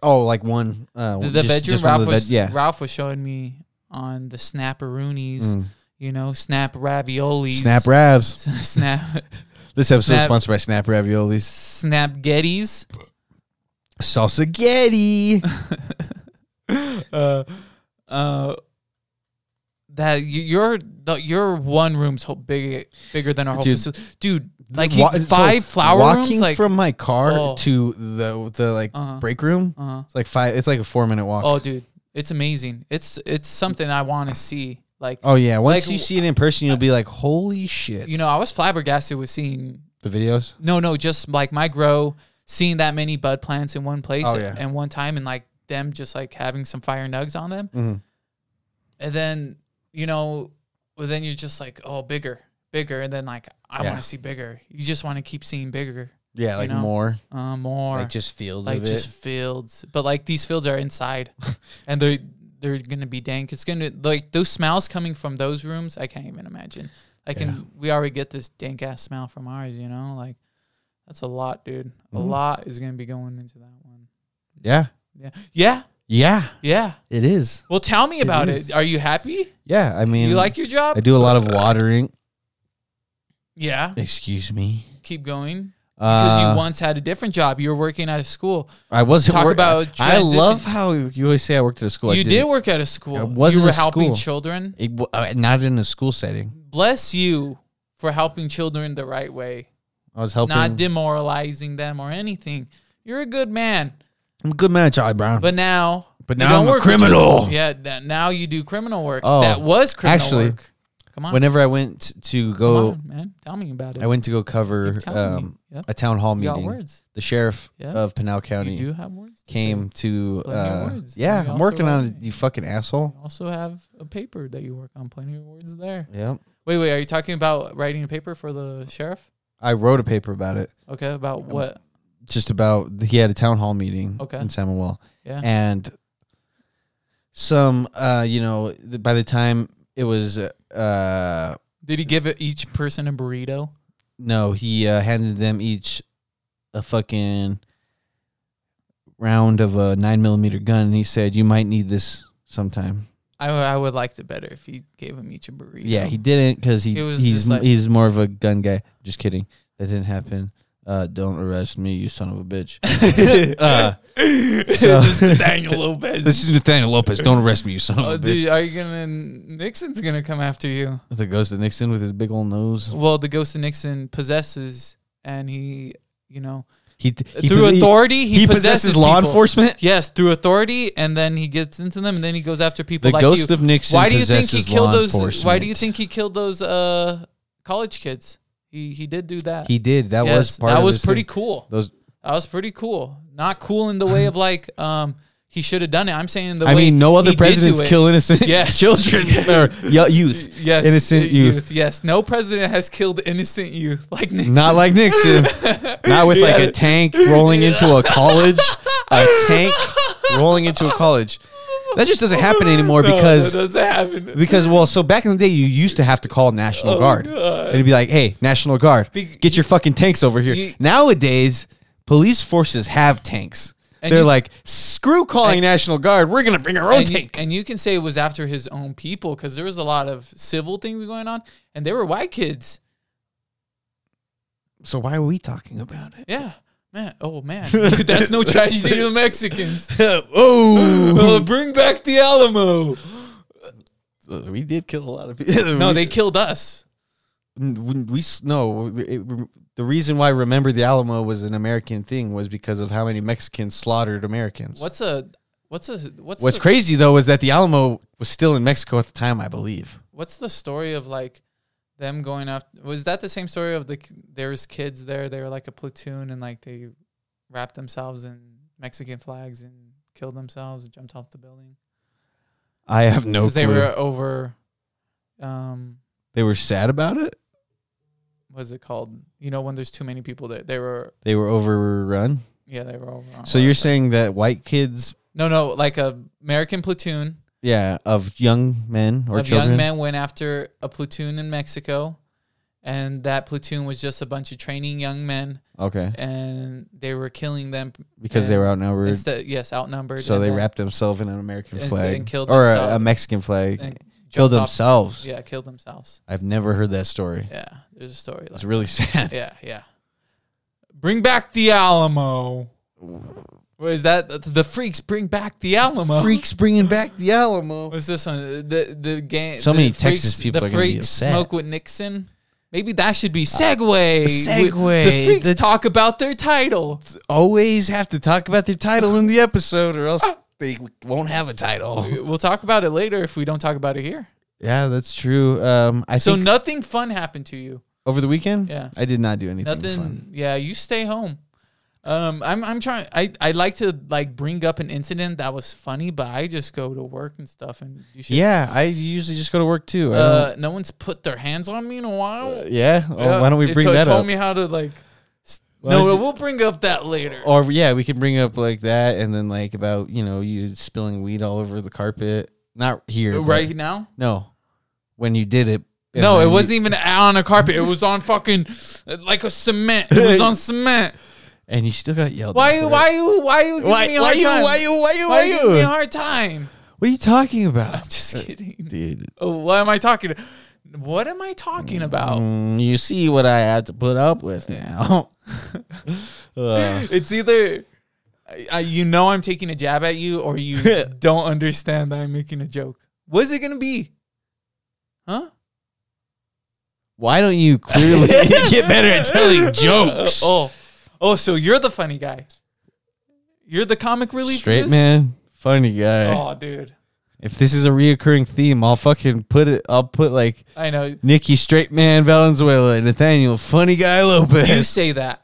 [SPEAKER 2] oh, like one. Uh,
[SPEAKER 3] The, the
[SPEAKER 2] just-
[SPEAKER 3] bedroom
[SPEAKER 2] just one of
[SPEAKER 3] Ralph
[SPEAKER 2] the
[SPEAKER 3] was
[SPEAKER 2] bed- yeah.
[SPEAKER 3] Ralph was showing me on the snapperoonies,
[SPEAKER 2] Mm.
[SPEAKER 3] you know, snap raviolis,
[SPEAKER 2] Snap Ravs.
[SPEAKER 3] snap
[SPEAKER 2] This episode is
[SPEAKER 3] Snap-
[SPEAKER 2] sponsored by Snap Raviolis.
[SPEAKER 3] snap getties.
[SPEAKER 2] Salsa Getty.
[SPEAKER 3] uh, uh, that y- your the- your one room's whole big bigger than our whole
[SPEAKER 2] Dude.
[SPEAKER 3] facility, dude. Like
[SPEAKER 2] Wa-
[SPEAKER 3] he, five
[SPEAKER 2] so
[SPEAKER 3] flower
[SPEAKER 2] walking
[SPEAKER 3] rooms, like
[SPEAKER 2] from my car
[SPEAKER 3] Oh.
[SPEAKER 2] to the the like
[SPEAKER 3] Uh-huh.
[SPEAKER 2] break room.
[SPEAKER 3] uh-huh.
[SPEAKER 2] It's like five. It's like a four minute walk. Oh,
[SPEAKER 3] oh, dude, it's amazing. It's it's something I want to see. Like
[SPEAKER 2] Oh, yeah, once
[SPEAKER 3] Like-
[SPEAKER 2] you see it in person, you'll be like, "Holy shit!"
[SPEAKER 3] you know, I was flabbergasted with seeing
[SPEAKER 2] the videos.
[SPEAKER 3] no, no, just like my grow, seeing that many bud plants in one place
[SPEAKER 2] Oh,
[SPEAKER 3] at,
[SPEAKER 2] yeah.
[SPEAKER 3] at one time, and like them just like having some fire nugs on them,
[SPEAKER 2] Mhm.
[SPEAKER 3] and then you know, well, then you're just like, oh, bigger, bigger, and then like I
[SPEAKER 2] Yeah.
[SPEAKER 3] want to see bigger. You just want to keep seeing bigger,
[SPEAKER 2] Yeah, like
[SPEAKER 3] know?
[SPEAKER 2] more,
[SPEAKER 3] uh, more,
[SPEAKER 2] like just fields
[SPEAKER 3] like
[SPEAKER 2] of
[SPEAKER 3] just
[SPEAKER 2] it.
[SPEAKER 3] fields, but like these fields are inside, and they're they're gonna be dank. It's gonna like those smells coming from those rooms. I can't even imagine. I can. We already get this dank ass smell from ours. You know, like that's a lot, dude. A
[SPEAKER 2] Mm-hmm.
[SPEAKER 3] lot is gonna be going into that one.
[SPEAKER 2] Yeah,
[SPEAKER 3] Yeah, yeah,
[SPEAKER 2] yeah,
[SPEAKER 3] yeah.
[SPEAKER 2] it is.
[SPEAKER 3] Well, tell me about it.
[SPEAKER 2] is.
[SPEAKER 3] Are you happy?
[SPEAKER 2] Yeah, I mean,
[SPEAKER 3] you like your job?
[SPEAKER 2] I do a lot of watering.
[SPEAKER 3] Yeah.
[SPEAKER 2] Excuse me.
[SPEAKER 3] Keep going. Because
[SPEAKER 2] Uh,
[SPEAKER 3] you once had a different job. You were working at a school.
[SPEAKER 2] I wasn't.
[SPEAKER 3] talk
[SPEAKER 2] wor-
[SPEAKER 3] about
[SPEAKER 2] I
[SPEAKER 3] transition-
[SPEAKER 2] love how you always say I worked at a school. I
[SPEAKER 3] you did
[SPEAKER 2] didn't.
[SPEAKER 3] work at a school.
[SPEAKER 2] I wasn't
[SPEAKER 3] you were
[SPEAKER 2] a
[SPEAKER 3] helping
[SPEAKER 2] school.
[SPEAKER 3] children.
[SPEAKER 2] It w- uh, not in a school setting.
[SPEAKER 3] Bless you for helping children the right way.
[SPEAKER 2] I was helping.
[SPEAKER 3] not demoralizing them or anything. You're a good man,
[SPEAKER 2] I'm a good man, Charlie Brown.
[SPEAKER 3] but now,
[SPEAKER 2] But
[SPEAKER 3] you
[SPEAKER 2] now
[SPEAKER 3] don't
[SPEAKER 2] I'm a
[SPEAKER 3] work with children.
[SPEAKER 2] criminal.
[SPEAKER 3] Yeah, that, now you do criminal work.
[SPEAKER 2] Oh,
[SPEAKER 3] that was criminal
[SPEAKER 2] actually,
[SPEAKER 3] work. Come on,
[SPEAKER 2] whenever I went to
[SPEAKER 3] come
[SPEAKER 2] go,
[SPEAKER 3] on, man, tell me about it.
[SPEAKER 2] I went to go cover
[SPEAKER 3] Keep telling me.
[SPEAKER 2] um,
[SPEAKER 3] Yep.
[SPEAKER 2] a town hall
[SPEAKER 3] You got
[SPEAKER 2] meeting.
[SPEAKER 3] words.
[SPEAKER 2] The sheriff
[SPEAKER 3] Yeah.
[SPEAKER 2] of Pinal
[SPEAKER 3] You do
[SPEAKER 2] County
[SPEAKER 3] have words. to say.
[SPEAKER 2] came to.
[SPEAKER 3] Blame your
[SPEAKER 2] Uh,
[SPEAKER 3] words.
[SPEAKER 2] yeah,
[SPEAKER 3] You
[SPEAKER 2] I'm
[SPEAKER 3] also
[SPEAKER 2] working on it.
[SPEAKER 3] write.
[SPEAKER 2] You fucking asshole.
[SPEAKER 3] You also have a paper that you work on. Plenty of words there.
[SPEAKER 2] Yep.
[SPEAKER 3] Wait, wait. Are you talking about writing a paper for the sheriff?
[SPEAKER 2] I wrote a paper about it.
[SPEAKER 3] Okay,
[SPEAKER 2] Um,
[SPEAKER 3] about what?
[SPEAKER 2] just about he had a town hall meeting
[SPEAKER 3] Okay.
[SPEAKER 2] in Samuel,
[SPEAKER 3] Yeah.
[SPEAKER 2] and some uh you know th- by the time it was uh
[SPEAKER 3] Did he give it each person a burrito?
[SPEAKER 2] no he uh, handed them each a fucking round of a nine millimeter gun and he said you might need this sometime
[SPEAKER 3] I, I would like it better if he gave him each a burrito.
[SPEAKER 2] yeah he didn't because he
[SPEAKER 3] It was
[SPEAKER 2] he's
[SPEAKER 3] just like-
[SPEAKER 2] he's more of a gun guy just kidding that didn't happen uh don't arrest me you son of a bitch uh, so-
[SPEAKER 3] Just Daniel Lopez.
[SPEAKER 2] this is Nathaniel Lopez don't arrest me you son of
[SPEAKER 3] Oh,
[SPEAKER 2] a bitch
[SPEAKER 3] dude, are you gonna Nixon's gonna come after you?
[SPEAKER 2] The ghost of Nixon with his big old nose.
[SPEAKER 3] Well, the ghost of Nixon possesses, and he, you know,
[SPEAKER 2] He, he
[SPEAKER 3] through
[SPEAKER 2] possess-
[SPEAKER 3] authority, he, possesses,
[SPEAKER 2] law
[SPEAKER 3] people.
[SPEAKER 2] enforcement.
[SPEAKER 3] Yes, through authority, and then he gets into them, and then he goes after people.
[SPEAKER 2] The
[SPEAKER 3] like
[SPEAKER 2] ghost
[SPEAKER 3] you.
[SPEAKER 2] of Nixon
[SPEAKER 3] Why do you think he
[SPEAKER 2] possesses
[SPEAKER 3] killed
[SPEAKER 2] law
[SPEAKER 3] those? Why do you
[SPEAKER 2] enforcement.
[SPEAKER 3] think he killed those uh, college kids? He he did do that.
[SPEAKER 2] He did. That was
[SPEAKER 3] yes,
[SPEAKER 2] part.
[SPEAKER 3] that
[SPEAKER 2] of
[SPEAKER 3] was
[SPEAKER 2] his
[SPEAKER 3] pretty
[SPEAKER 2] thing.
[SPEAKER 3] cool.
[SPEAKER 2] Those.
[SPEAKER 3] That was pretty cool. Not cool in the way of like um he should have done it. I'm saying the
[SPEAKER 2] I
[SPEAKER 3] way
[SPEAKER 2] mean, no other
[SPEAKER 3] he did do
[SPEAKER 2] presidents
[SPEAKER 3] it.
[SPEAKER 2] kill innocent
[SPEAKER 3] Yes.
[SPEAKER 2] children or yo- youth.
[SPEAKER 3] yes
[SPEAKER 2] innocent
[SPEAKER 3] uh,
[SPEAKER 2] youth.
[SPEAKER 3] Yes, no president has killed innocent youth like Nixon.
[SPEAKER 2] Not like Nixon. Not with like a tank rolling into a college. A tank rolling into a college. That just doesn't happen anymore
[SPEAKER 3] No,
[SPEAKER 2] because
[SPEAKER 3] that doesn't happen.
[SPEAKER 2] Because well, so back in the day, you used to have to call National Guard.
[SPEAKER 3] Oh, God.
[SPEAKER 2] It'd be like, "Hey, National Guard,
[SPEAKER 3] Be-
[SPEAKER 2] get your fucking tanks over here."
[SPEAKER 3] You-
[SPEAKER 2] Nowadays, police forces have tanks.
[SPEAKER 3] And
[SPEAKER 2] They're
[SPEAKER 3] you-
[SPEAKER 2] like, "Screw calling
[SPEAKER 3] and-
[SPEAKER 2] National Guard. We're gonna bring our own
[SPEAKER 3] and you,
[SPEAKER 2] tank."
[SPEAKER 3] and you can say it was after his own people because there was a lot of civil things going on, and they were white kids.
[SPEAKER 2] so why are we talking about it?
[SPEAKER 3] Yeah, man. Oh man, that's no tragedy to the Mexicans.
[SPEAKER 2] oh,
[SPEAKER 3] Oh, bring back the Alamo.
[SPEAKER 2] we did kill a lot of people.
[SPEAKER 3] No, they killed us.
[SPEAKER 2] When we s- no it, the reason why remember the Alamo was an American thing was because of how many Mexicans slaughtered Americans.
[SPEAKER 3] What's a what's a what's
[SPEAKER 2] What's
[SPEAKER 3] the,
[SPEAKER 2] crazy though is that the Alamo was still in Mexico at the time, I believe.
[SPEAKER 3] what's the story of like them going after? Was that the same story of the there's kids there? They were like a platoon and like they wrapped themselves in Mexican flags and killed themselves and jumped off the building.
[SPEAKER 2] I have no
[SPEAKER 3] because
[SPEAKER 2] clue.
[SPEAKER 3] they were over um
[SPEAKER 2] sad about it.
[SPEAKER 3] what's it called you know when there's too many people that they were
[SPEAKER 2] They were overrun.
[SPEAKER 3] yeah they were over on
[SPEAKER 2] So you're saying that white kids,
[SPEAKER 3] no no like a american platoon
[SPEAKER 2] yeah, of young men or
[SPEAKER 3] of
[SPEAKER 2] children,
[SPEAKER 3] young men went after a platoon in mexico and that platoon was just a bunch of training young men
[SPEAKER 2] okay,
[SPEAKER 3] and they were killing them
[SPEAKER 2] because they
[SPEAKER 3] and
[SPEAKER 2] were outnumbered,
[SPEAKER 3] instead yes outnumbered
[SPEAKER 2] so
[SPEAKER 3] and
[SPEAKER 2] they
[SPEAKER 3] then
[SPEAKER 2] wrapped themselves in an American
[SPEAKER 3] and s-
[SPEAKER 2] flag
[SPEAKER 3] and killed
[SPEAKER 2] or a, a
[SPEAKER 3] themselves.
[SPEAKER 2] Mexican flag,
[SPEAKER 3] and
[SPEAKER 2] killed
[SPEAKER 3] jumped off-
[SPEAKER 2] themselves.
[SPEAKER 3] yeah killed themselves
[SPEAKER 2] I've never heard that story.
[SPEAKER 3] yeah there's a story like
[SPEAKER 2] It's really sad.
[SPEAKER 3] Yeah, yeah. Bring back the Alamo. What is that? The- The freaks bring back the Alamo.
[SPEAKER 2] Freaks bringing back the Alamo.
[SPEAKER 3] What's this one? The the game.
[SPEAKER 2] So
[SPEAKER 3] the
[SPEAKER 2] many
[SPEAKER 3] freaks,
[SPEAKER 2] Texas people
[SPEAKER 3] The
[SPEAKER 2] are gonna be
[SPEAKER 3] freaks
[SPEAKER 2] upset.
[SPEAKER 3] smoke with Nixon. Maybe that should be segue.
[SPEAKER 2] segue.
[SPEAKER 3] The freaks
[SPEAKER 2] The-
[SPEAKER 3] talk about their title.
[SPEAKER 2] Always have to talk about their title in the episode, or else they won't have a title.
[SPEAKER 3] We'll talk about it later if we don't talk about it here.
[SPEAKER 2] Yeah, that's true. Um, I
[SPEAKER 3] So
[SPEAKER 2] think
[SPEAKER 3] nothing fun happened to you.
[SPEAKER 2] over the weekend,
[SPEAKER 3] Yeah.
[SPEAKER 2] I did not do anything
[SPEAKER 3] Nothing.
[SPEAKER 2] fun.
[SPEAKER 3] Yeah, you stay home. Um, I'm I'm trying. I I like to like bring up an incident that was funny, but I just go to work and stuff and do shit.
[SPEAKER 2] Yeah, I usually just go to work too. I don't-
[SPEAKER 3] Uh, no one's put their hands on me in a while.
[SPEAKER 2] yeah, oh,
[SPEAKER 3] Yeah,
[SPEAKER 2] why don't we
[SPEAKER 3] it
[SPEAKER 2] bring
[SPEAKER 3] to-
[SPEAKER 2] that
[SPEAKER 3] told
[SPEAKER 2] up?
[SPEAKER 3] me how to like. s-
[SPEAKER 2] Why don't
[SPEAKER 3] no,
[SPEAKER 2] you- Oh,
[SPEAKER 3] we'll bring up that later.
[SPEAKER 2] or yeah, we could bring up like that, and then like about you know you spilling weed all over the carpet. Not here, but-
[SPEAKER 3] right now?
[SPEAKER 2] No, when you did it. and
[SPEAKER 3] No,
[SPEAKER 2] then
[SPEAKER 3] it
[SPEAKER 2] you-
[SPEAKER 3] wasn't even on a carpet. It was on fucking uh, like a cement. It was on cement.
[SPEAKER 2] and you still got yelled. at
[SPEAKER 3] e- Why?
[SPEAKER 2] for it.
[SPEAKER 3] Why you? Why you? giving
[SPEAKER 2] Why?
[SPEAKER 3] me a
[SPEAKER 2] Why
[SPEAKER 3] hard
[SPEAKER 2] you?
[SPEAKER 3] time?
[SPEAKER 2] Why you? Why you?
[SPEAKER 3] Why
[SPEAKER 2] Why
[SPEAKER 3] you? giving me a
[SPEAKER 2] you?
[SPEAKER 3] hard time?
[SPEAKER 2] What are you talking about? Uh,
[SPEAKER 3] Just kidding.
[SPEAKER 2] Dude,
[SPEAKER 3] Oh, what am I talking? What am I talking about?
[SPEAKER 2] mm, you see what I have to put up with now. Uh,
[SPEAKER 3] It's either I, I, you know I'm taking a jab at you, or you don't understand that I'm making a joke. What's it gonna be? Huh?
[SPEAKER 2] why don't you clearly get better at telling jokes?
[SPEAKER 3] Oh, oh, so you're the funny guy. You're the comic relief. in
[SPEAKER 2] Straight
[SPEAKER 3] this?
[SPEAKER 2] man, funny guy.
[SPEAKER 3] Oh, dude,
[SPEAKER 2] If this is a reoccurring theme, I'll fucking put it. I'll put like
[SPEAKER 3] I know.
[SPEAKER 2] Nikki Straight Man Valenzuela, Nathaniel Funny Guy
[SPEAKER 3] You
[SPEAKER 2] Lopez.
[SPEAKER 3] say that.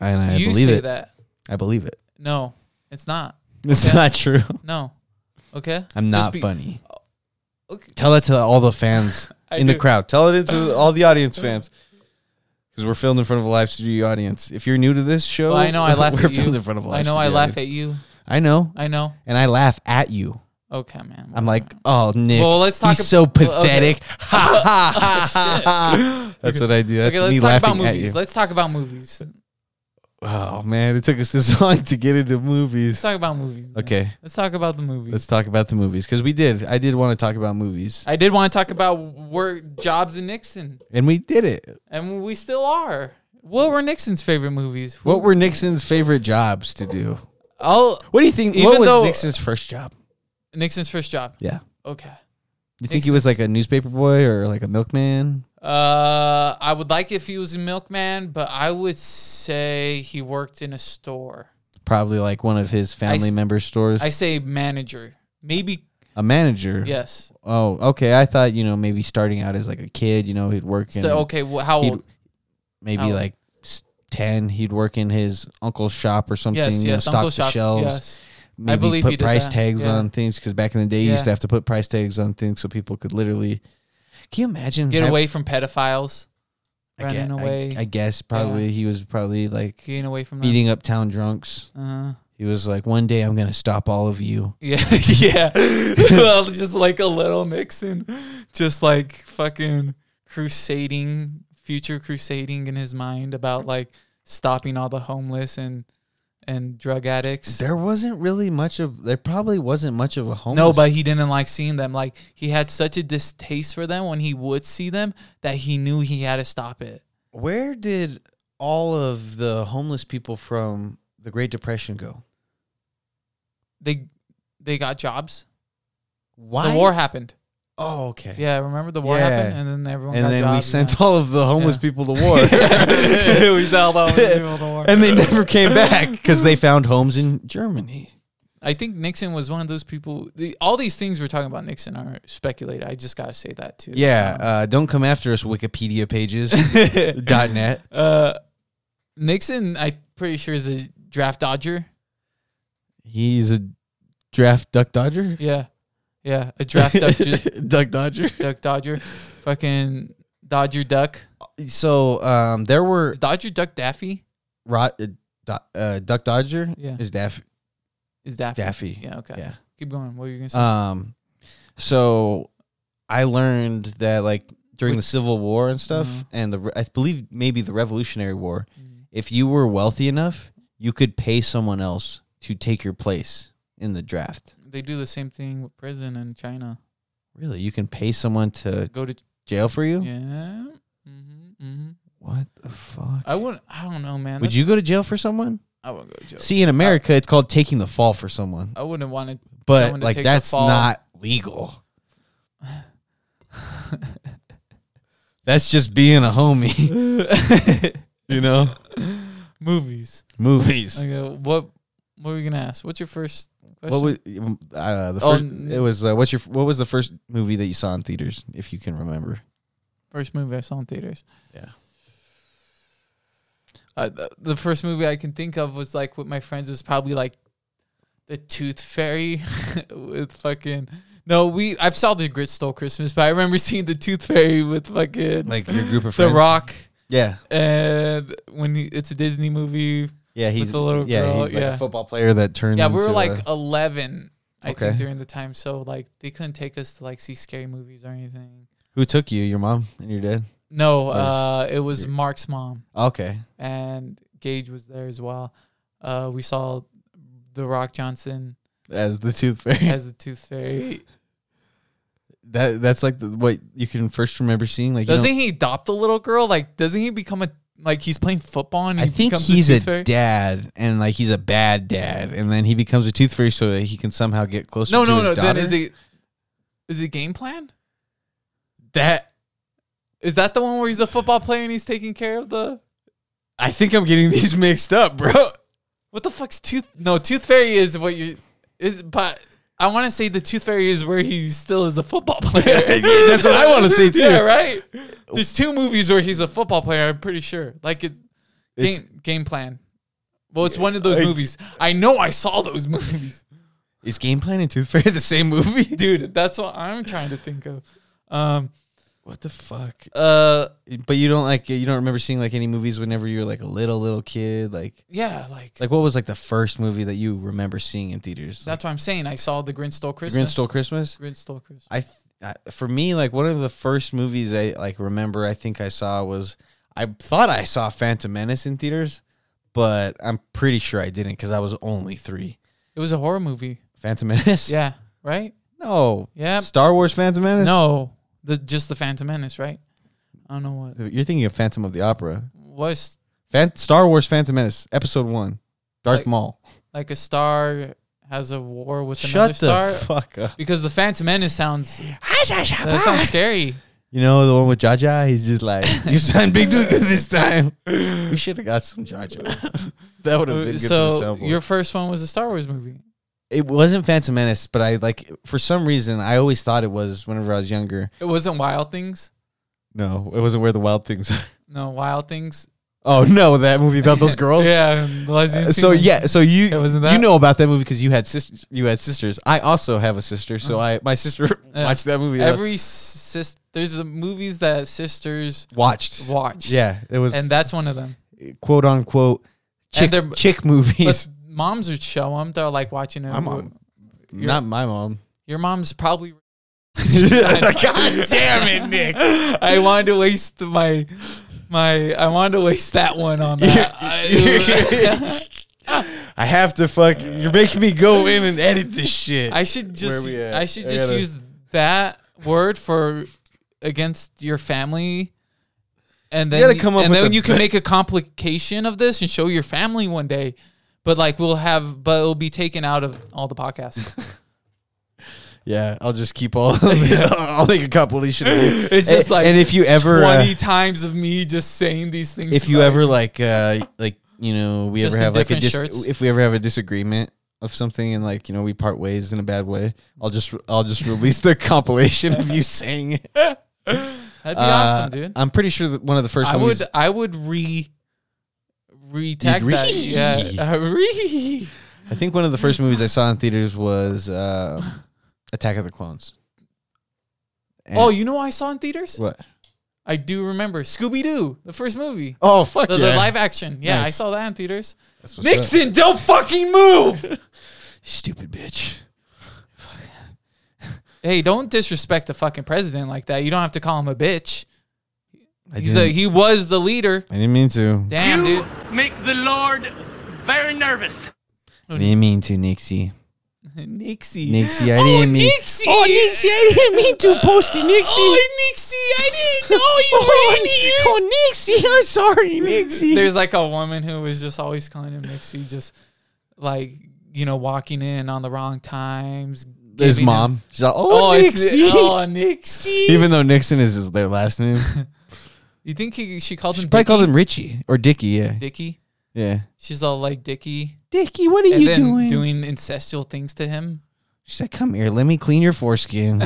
[SPEAKER 2] and I
[SPEAKER 3] you
[SPEAKER 2] believe
[SPEAKER 3] say
[SPEAKER 2] it.
[SPEAKER 3] that.
[SPEAKER 2] I believe it.
[SPEAKER 3] No, it's not.
[SPEAKER 2] It's
[SPEAKER 3] Okay.
[SPEAKER 2] not true.
[SPEAKER 3] No. Okay.
[SPEAKER 2] I'm
[SPEAKER 3] Just
[SPEAKER 2] not
[SPEAKER 3] be- Oh,
[SPEAKER 2] funny.
[SPEAKER 3] Okay.
[SPEAKER 2] Tell that to all the fans
[SPEAKER 3] I
[SPEAKER 2] in the
[SPEAKER 3] do.
[SPEAKER 2] crowd. Tell it into all the audience fans. Because we're filmed in front of a live studio audience. If you're new to this show,
[SPEAKER 3] Well, I know I laugh
[SPEAKER 2] we're
[SPEAKER 3] at you.
[SPEAKER 2] filmed in front of a live
[SPEAKER 3] I know I
[SPEAKER 2] studio
[SPEAKER 3] laugh
[SPEAKER 2] audience.
[SPEAKER 3] at you.
[SPEAKER 2] I know,
[SPEAKER 3] I know.
[SPEAKER 2] and I laugh at you.
[SPEAKER 3] Okay, man.
[SPEAKER 2] I'm like, oh Nick,
[SPEAKER 3] Well, let's talk ab-
[SPEAKER 2] he's so
[SPEAKER 3] well, okay. Oh,
[SPEAKER 2] pathetic. Ha ha ha ha ha. That's what I do. That's
[SPEAKER 3] okay, let's
[SPEAKER 2] me
[SPEAKER 3] talk about
[SPEAKER 2] laughing at you.
[SPEAKER 3] movies. Let's talk about movies. Let's
[SPEAKER 2] Oh man, it took us this long to get into movies.
[SPEAKER 3] talk about movies. man.
[SPEAKER 2] Okay,
[SPEAKER 3] Let's talk about the movies.
[SPEAKER 2] let's talk about the movies because we did. I did want to talk about movies,
[SPEAKER 3] I did want to talk about work jobs and Nixon,
[SPEAKER 2] and we did it.
[SPEAKER 3] and we still are. What were Nixon's favorite movies?
[SPEAKER 2] What were Nixon's favorite jobs to do?
[SPEAKER 3] Oh,
[SPEAKER 2] What do you think?
[SPEAKER 3] Even
[SPEAKER 2] what was
[SPEAKER 3] though-
[SPEAKER 2] Nixon's first job?
[SPEAKER 3] Nixon's first job.
[SPEAKER 2] Yeah,
[SPEAKER 3] Okay.
[SPEAKER 2] you think he was
[SPEAKER 3] Nixon's-
[SPEAKER 2] like a newspaper boy or like a milkman?
[SPEAKER 3] Uh, I would like if he was a milkman, but I would say he worked in a store.
[SPEAKER 2] Probably like one of his family
[SPEAKER 3] s-
[SPEAKER 2] member stores.
[SPEAKER 3] I
[SPEAKER 2] A
[SPEAKER 3] say manager. Maybe
[SPEAKER 2] manager.
[SPEAKER 3] yes.
[SPEAKER 2] Oh, okay. I thought you know maybe starting out as like a kid. You know, he'd work in
[SPEAKER 3] So, okay, well, how
[SPEAKER 2] he'd-
[SPEAKER 3] old?
[SPEAKER 2] maybe
[SPEAKER 3] Oh.
[SPEAKER 2] like s- ten. He'd work in his uncle's shop or something.
[SPEAKER 3] Yes,
[SPEAKER 2] you know,
[SPEAKER 3] yes.
[SPEAKER 2] stock
[SPEAKER 3] Uncle
[SPEAKER 2] the
[SPEAKER 3] Shop.
[SPEAKER 2] shelves.
[SPEAKER 3] Yes.
[SPEAKER 2] Maybe
[SPEAKER 3] believe
[SPEAKER 2] put
[SPEAKER 3] he did
[SPEAKER 2] price
[SPEAKER 3] that,
[SPEAKER 2] tags
[SPEAKER 3] yeah.
[SPEAKER 2] on things because back in the day you used
[SPEAKER 3] Yeah.
[SPEAKER 2] to have to put price tags on things so people could literally. Can you imagine?
[SPEAKER 3] Get
[SPEAKER 2] hav-
[SPEAKER 3] away from pedophiles.
[SPEAKER 2] I
[SPEAKER 3] running
[SPEAKER 2] gue- I-
[SPEAKER 3] away.
[SPEAKER 2] I, guess probably he was probably like
[SPEAKER 3] Getting away from them.
[SPEAKER 2] beating up town drunks.
[SPEAKER 3] Uh-huh.
[SPEAKER 2] He was like, one day I'm gonna stop all of you.
[SPEAKER 3] Yeah, yeah. well, just like a little Nixon, just like fucking crusading, future crusading in his mind about like stopping all the homeless and and drug addicts.
[SPEAKER 2] There wasn't really much of. There probably wasn't much of a homeless.
[SPEAKER 3] no, but he didn't like seeing them. Like he had such a distaste for them when he would see them that he knew he had to stop it.
[SPEAKER 2] where did all of the homeless people from the Great Depression go?
[SPEAKER 3] They they got jobs.
[SPEAKER 2] Why?
[SPEAKER 3] The war happened.
[SPEAKER 2] Oh, okay.
[SPEAKER 3] Yeah, remember the war
[SPEAKER 2] Yeah.
[SPEAKER 3] happened, and then everyone
[SPEAKER 2] And
[SPEAKER 3] got
[SPEAKER 2] then we
[SPEAKER 3] jobs and
[SPEAKER 2] sent all of the homeless
[SPEAKER 3] Yeah.
[SPEAKER 2] people to war,
[SPEAKER 3] that- we sell all the people the war.
[SPEAKER 2] and they never came back because they found homes in Germany.
[SPEAKER 3] I think Nixon was one of those people. The, all these things we're talking about Nixon are speculated. I just gotta say that too.
[SPEAKER 2] Yeah, uh, don't come after us, Wikipedia pages dot net.
[SPEAKER 3] Uh, Nixon, I'm pretty sure is a draft dodger.
[SPEAKER 2] He's a draft duck dodger.
[SPEAKER 3] Yeah, yeah, a draft duck,
[SPEAKER 2] duck dodger.
[SPEAKER 3] duck dodger, fucking dodger duck,
[SPEAKER 2] So um, there were
[SPEAKER 3] Is dodger duck Daffy
[SPEAKER 2] ro- uh, do- uh, duck dodger.
[SPEAKER 3] Yeah.
[SPEAKER 2] is Daff-
[SPEAKER 3] is Daffy.
[SPEAKER 2] Daffy.
[SPEAKER 3] Yeah. Okay.
[SPEAKER 2] Yeah.
[SPEAKER 3] Keep going. What were you gonna say?
[SPEAKER 2] Um, so I learned that like during the Civil War and stuff,
[SPEAKER 3] Mhm.
[SPEAKER 2] and the re- I believe maybe the Revolutionary War,
[SPEAKER 3] Mm-hmm.
[SPEAKER 2] if you were wealthy enough, you could pay someone else to take your place in the draft.
[SPEAKER 3] they do the same thing with prison in China.
[SPEAKER 2] Really, you can pay someone to
[SPEAKER 3] Go to
[SPEAKER 2] jail for you?
[SPEAKER 3] yeah. hmm hmm
[SPEAKER 2] What the fuck?
[SPEAKER 3] I wouldn't. I don't know, man.
[SPEAKER 2] Would
[SPEAKER 3] That's-
[SPEAKER 2] you go to jail for someone?
[SPEAKER 3] I wouldn't go to jail.
[SPEAKER 2] See, in America, it's called taking the fall for someone,
[SPEAKER 3] I wouldn't want to.
[SPEAKER 2] but
[SPEAKER 3] someone to
[SPEAKER 2] like
[SPEAKER 3] take the
[SPEAKER 2] that's
[SPEAKER 3] fall.
[SPEAKER 2] not legal. that's just being a homie, you know.
[SPEAKER 3] movies.
[SPEAKER 2] Movies.
[SPEAKER 3] Okay, what what were you gonna ask? What's your first question?
[SPEAKER 2] What was uh, the
[SPEAKER 3] Oh,
[SPEAKER 2] first?
[SPEAKER 3] n-
[SPEAKER 2] it was uh, what's your what was the first movie that you saw in theaters, if you can remember?
[SPEAKER 3] first movie I saw in theaters?
[SPEAKER 2] Yeah.
[SPEAKER 3] Uh, the, the first movie I can think of was like with my friends is probably like the Tooth Fairy with fucking no we I've saw the Grit Stole Christmas but I remember seeing the Tooth Fairy with fucking
[SPEAKER 2] Like your group of
[SPEAKER 3] The
[SPEAKER 2] friends.
[SPEAKER 3] Rock
[SPEAKER 2] Yeah,
[SPEAKER 3] and when he, it's a Disney movie
[SPEAKER 2] yeah. He's
[SPEAKER 3] the little
[SPEAKER 2] yeah.
[SPEAKER 3] girl,
[SPEAKER 2] he's like
[SPEAKER 3] yeah.
[SPEAKER 2] a football player that turns.
[SPEAKER 3] Yeah, we were
[SPEAKER 2] into
[SPEAKER 3] like uh,
[SPEAKER 2] a-
[SPEAKER 3] eleven, I
[SPEAKER 2] Okay.
[SPEAKER 3] think, during the time. So like they couldn't take us to like see scary movies or anything.
[SPEAKER 2] who took you? Your mom and your dad.
[SPEAKER 3] No,
[SPEAKER 2] Or
[SPEAKER 3] uh, it was Mark's mom
[SPEAKER 2] Okay.
[SPEAKER 3] and Gage was there as well. Uh, we saw The Rock Johnson
[SPEAKER 2] As the tooth fairy.
[SPEAKER 3] as the Tooth Fairy.
[SPEAKER 2] that that's like the, what you can first remember seeing. Like you
[SPEAKER 3] Doesn't
[SPEAKER 2] know-
[SPEAKER 3] he adopt a little girl? Like, doesn't he become a like he's playing football and he
[SPEAKER 2] I think
[SPEAKER 3] becomes the
[SPEAKER 2] he's a
[SPEAKER 3] Tooth Fairy?
[SPEAKER 2] dad, and like he's a bad dad, and then he becomes a tooth fairy so that he can somehow get closer.
[SPEAKER 3] No,
[SPEAKER 2] to
[SPEAKER 3] no,
[SPEAKER 2] his
[SPEAKER 3] no.
[SPEAKER 2] Daughter.
[SPEAKER 3] Then is it is it game plan?
[SPEAKER 2] that?
[SPEAKER 3] Is that the one where he's a football player and he's taking care of the?
[SPEAKER 2] I think I'm getting these mixed up, bro.
[SPEAKER 3] What the fuck's tooth? No, tooth fairy is what you is, but I want to say the tooth fairy is where he still is a football player.
[SPEAKER 2] Yeah, that's what I wanna say, too.
[SPEAKER 3] Yeah, right. There's two movies where he's a football player. I'm pretty sure. Like it,
[SPEAKER 2] It's-
[SPEAKER 3] game game plan. Well, it's one of those
[SPEAKER 2] I-
[SPEAKER 3] movies. I know I saw those movies,
[SPEAKER 2] Is Game Plan and Tooth Fairy the same movie?
[SPEAKER 3] dude. That's what I'm trying to think of. Um,
[SPEAKER 2] What the fuck?
[SPEAKER 3] uh,
[SPEAKER 2] But you don't like you don't remember seeing like any movies whenever you were like a little little kid. Like
[SPEAKER 3] yeah, like,
[SPEAKER 2] like what was like the first movie that you remember seeing in theaters? Like,
[SPEAKER 3] that's what I'm saying. I saw the Grinch stole
[SPEAKER 2] The Grinch
[SPEAKER 3] Christmas.
[SPEAKER 2] Stole Christmas.
[SPEAKER 3] Grinch stole Christmas.
[SPEAKER 2] I, th- I for me like one of the first movies I like remember I think I saw was I thought I saw Phantom Menace in theaters, but I'm pretty sure I didn't because I was only three.
[SPEAKER 3] It was a horror movie.
[SPEAKER 2] Phantom Menace.
[SPEAKER 3] Yeah, right.
[SPEAKER 2] No.
[SPEAKER 3] Yeah.
[SPEAKER 2] Star Wars Phantom Menace.
[SPEAKER 3] No, the just the Phantom Menace, right? I don't know what
[SPEAKER 2] You're thinking of Phantom of the Opera.
[SPEAKER 3] was
[SPEAKER 2] Fan- Star Wars Phantom Menace, Episode One, Darth
[SPEAKER 3] Like-
[SPEAKER 2] Maul.
[SPEAKER 3] like a star has a war with another
[SPEAKER 2] Shut the
[SPEAKER 3] star
[SPEAKER 2] fuck up.
[SPEAKER 3] because the Phantom Menace sounds that sounds scary.
[SPEAKER 2] You know the one with Jaja? He's just like, you signed Big Dude this time. We should have got some Jaja. That would have been good for the
[SPEAKER 3] Uh, so
[SPEAKER 2] soundboard.
[SPEAKER 3] your first one was a Star Wars movie.
[SPEAKER 2] it wasn't Phantom Menace, but I like for some reason I always thought it was whenever I was younger.
[SPEAKER 3] It wasn't Wild Things.
[SPEAKER 2] No, it wasn't where the wild things are.
[SPEAKER 3] No, Wild Things.
[SPEAKER 2] Oh no, that movie about those girls.
[SPEAKER 3] yeah. and the lesbian
[SPEAKER 2] Oh. Uh, So
[SPEAKER 3] scene.
[SPEAKER 2] yeah, so you
[SPEAKER 3] It wasn't that?
[SPEAKER 2] you know about that movie because you had sisters. You had sisters. I also have a sister, so I my sister
[SPEAKER 3] Yeah.
[SPEAKER 2] watched that movie.
[SPEAKER 3] Every sis, there's the movies that sisters
[SPEAKER 2] watched.
[SPEAKER 3] watch.
[SPEAKER 2] Yeah, it was
[SPEAKER 3] And that's one of them.
[SPEAKER 2] quote unquote chick
[SPEAKER 3] they're-
[SPEAKER 2] chick
[SPEAKER 3] But
[SPEAKER 2] movies.
[SPEAKER 3] moms would show them. They're like watching it.
[SPEAKER 2] My mom, not my mom.
[SPEAKER 3] Your mom's probably.
[SPEAKER 2] God damn it, Nick!
[SPEAKER 3] I wanted to waste my my. I wanted to waste that one on that. I,
[SPEAKER 2] I have to fuck. You're making me go in and edit this shit.
[SPEAKER 3] I should just.
[SPEAKER 2] we at?
[SPEAKER 3] I should
[SPEAKER 2] I
[SPEAKER 3] just
[SPEAKER 2] gotta-
[SPEAKER 3] use that word for against your family. And then,
[SPEAKER 2] gotta come up
[SPEAKER 3] and
[SPEAKER 2] with
[SPEAKER 3] then
[SPEAKER 2] a
[SPEAKER 3] you can
[SPEAKER 2] be-
[SPEAKER 3] make a complication of this and show your family one day. But like we'll have, but it'll be taken out of all the podcasts.
[SPEAKER 2] yeah, I'll just keep all. I'll make a compilation.
[SPEAKER 3] It's just like
[SPEAKER 2] and if you ever uh,
[SPEAKER 3] twenty times of me just saying these things.
[SPEAKER 2] if you
[SPEAKER 3] like-
[SPEAKER 2] ever like uh like you know we
[SPEAKER 3] Just
[SPEAKER 2] ever
[SPEAKER 3] in
[SPEAKER 2] have like a
[SPEAKER 3] different
[SPEAKER 2] dis-
[SPEAKER 3] shirts?
[SPEAKER 2] if we ever have a disagreement of something and like you know we part ways in a bad way i'll just i'll just release the compilation of you saying it
[SPEAKER 3] that'd be
[SPEAKER 2] Uh,
[SPEAKER 3] awesome, dude.
[SPEAKER 2] i'm pretty sure that one of the first
[SPEAKER 3] I
[SPEAKER 2] movies
[SPEAKER 3] would I would re retag
[SPEAKER 2] You'd
[SPEAKER 3] that.
[SPEAKER 2] re-
[SPEAKER 3] Yeah. Uh, re-
[SPEAKER 2] i think one of the first movies i saw in theaters was uh attack of the clones And-
[SPEAKER 3] Oh, you know what I saw in theaters?
[SPEAKER 2] what
[SPEAKER 3] I do remember Scooby Doo, the first movie.
[SPEAKER 2] oh fuck
[SPEAKER 3] The,
[SPEAKER 2] yeah.
[SPEAKER 3] the live action. Yeah, I
[SPEAKER 2] Nice.
[SPEAKER 3] saw that in theaters.
[SPEAKER 2] That's what's up.
[SPEAKER 3] Nixon, don't fucking move.
[SPEAKER 2] stupid bitch
[SPEAKER 3] hey, don't disrespect the fucking president like that. You don't have to call him a bitch.
[SPEAKER 2] I
[SPEAKER 3] He's
[SPEAKER 2] didn't,
[SPEAKER 3] the, he was the leader.
[SPEAKER 2] I didn't mean to
[SPEAKER 3] Damn,
[SPEAKER 6] you
[SPEAKER 3] dude.
[SPEAKER 6] make the Lord very nervous.
[SPEAKER 2] i didn't mean to nixie
[SPEAKER 3] Nixie.
[SPEAKER 2] nixie i
[SPEAKER 3] oh,
[SPEAKER 2] didn't mean
[SPEAKER 3] Nixie. Oh, Nixie, I didn't mean to post it, Nixie. Oh, Nixie, I didn't know you were in here.
[SPEAKER 2] oh nixie i'm sorry nixie
[SPEAKER 3] There's like a woman who was just always calling him Nixie, just like, you know, walking in on the wrong times.
[SPEAKER 2] his
[SPEAKER 3] giving him-
[SPEAKER 2] mom. She's like, oh,
[SPEAKER 3] Oh, Nixie.
[SPEAKER 2] Nixie.
[SPEAKER 3] oh, Nixie.
[SPEAKER 2] Even though Nixon is his, their last name,
[SPEAKER 3] you think he, she called
[SPEAKER 2] she
[SPEAKER 3] him
[SPEAKER 2] probably
[SPEAKER 3] Dick-
[SPEAKER 2] called him Richie or Dickie. Yeah,
[SPEAKER 3] Dickie?
[SPEAKER 2] yeah.
[SPEAKER 3] She's all like Dickie.
[SPEAKER 2] Dickie, what are
[SPEAKER 3] And
[SPEAKER 2] you
[SPEAKER 3] then
[SPEAKER 2] doing?
[SPEAKER 3] doing incestual things to him.
[SPEAKER 2] She's like, come here, let me clean your foreskin.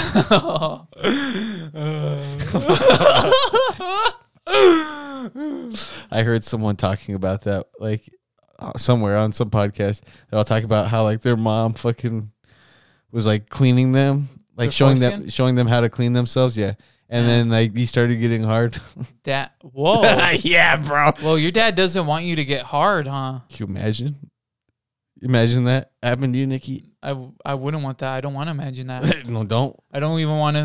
[SPEAKER 2] I heard someone talking about that, like uh, somewhere on some podcast. They're all talking about how like their mom fucking was like cleaning them, like
[SPEAKER 3] Their
[SPEAKER 2] showing them
[SPEAKER 3] foreskin?
[SPEAKER 2] showing them how to clean themselves. Yeah, and then like he started getting hard.
[SPEAKER 3] That, whoa.
[SPEAKER 2] yeah, bro.
[SPEAKER 3] well, your dad doesn't want you to get hard, huh?
[SPEAKER 2] Can you imagine? Imagine that happened to you, Nikki.
[SPEAKER 3] I, I wouldn't want that. I don't want to imagine that.
[SPEAKER 2] no, don't.
[SPEAKER 3] I don't even want to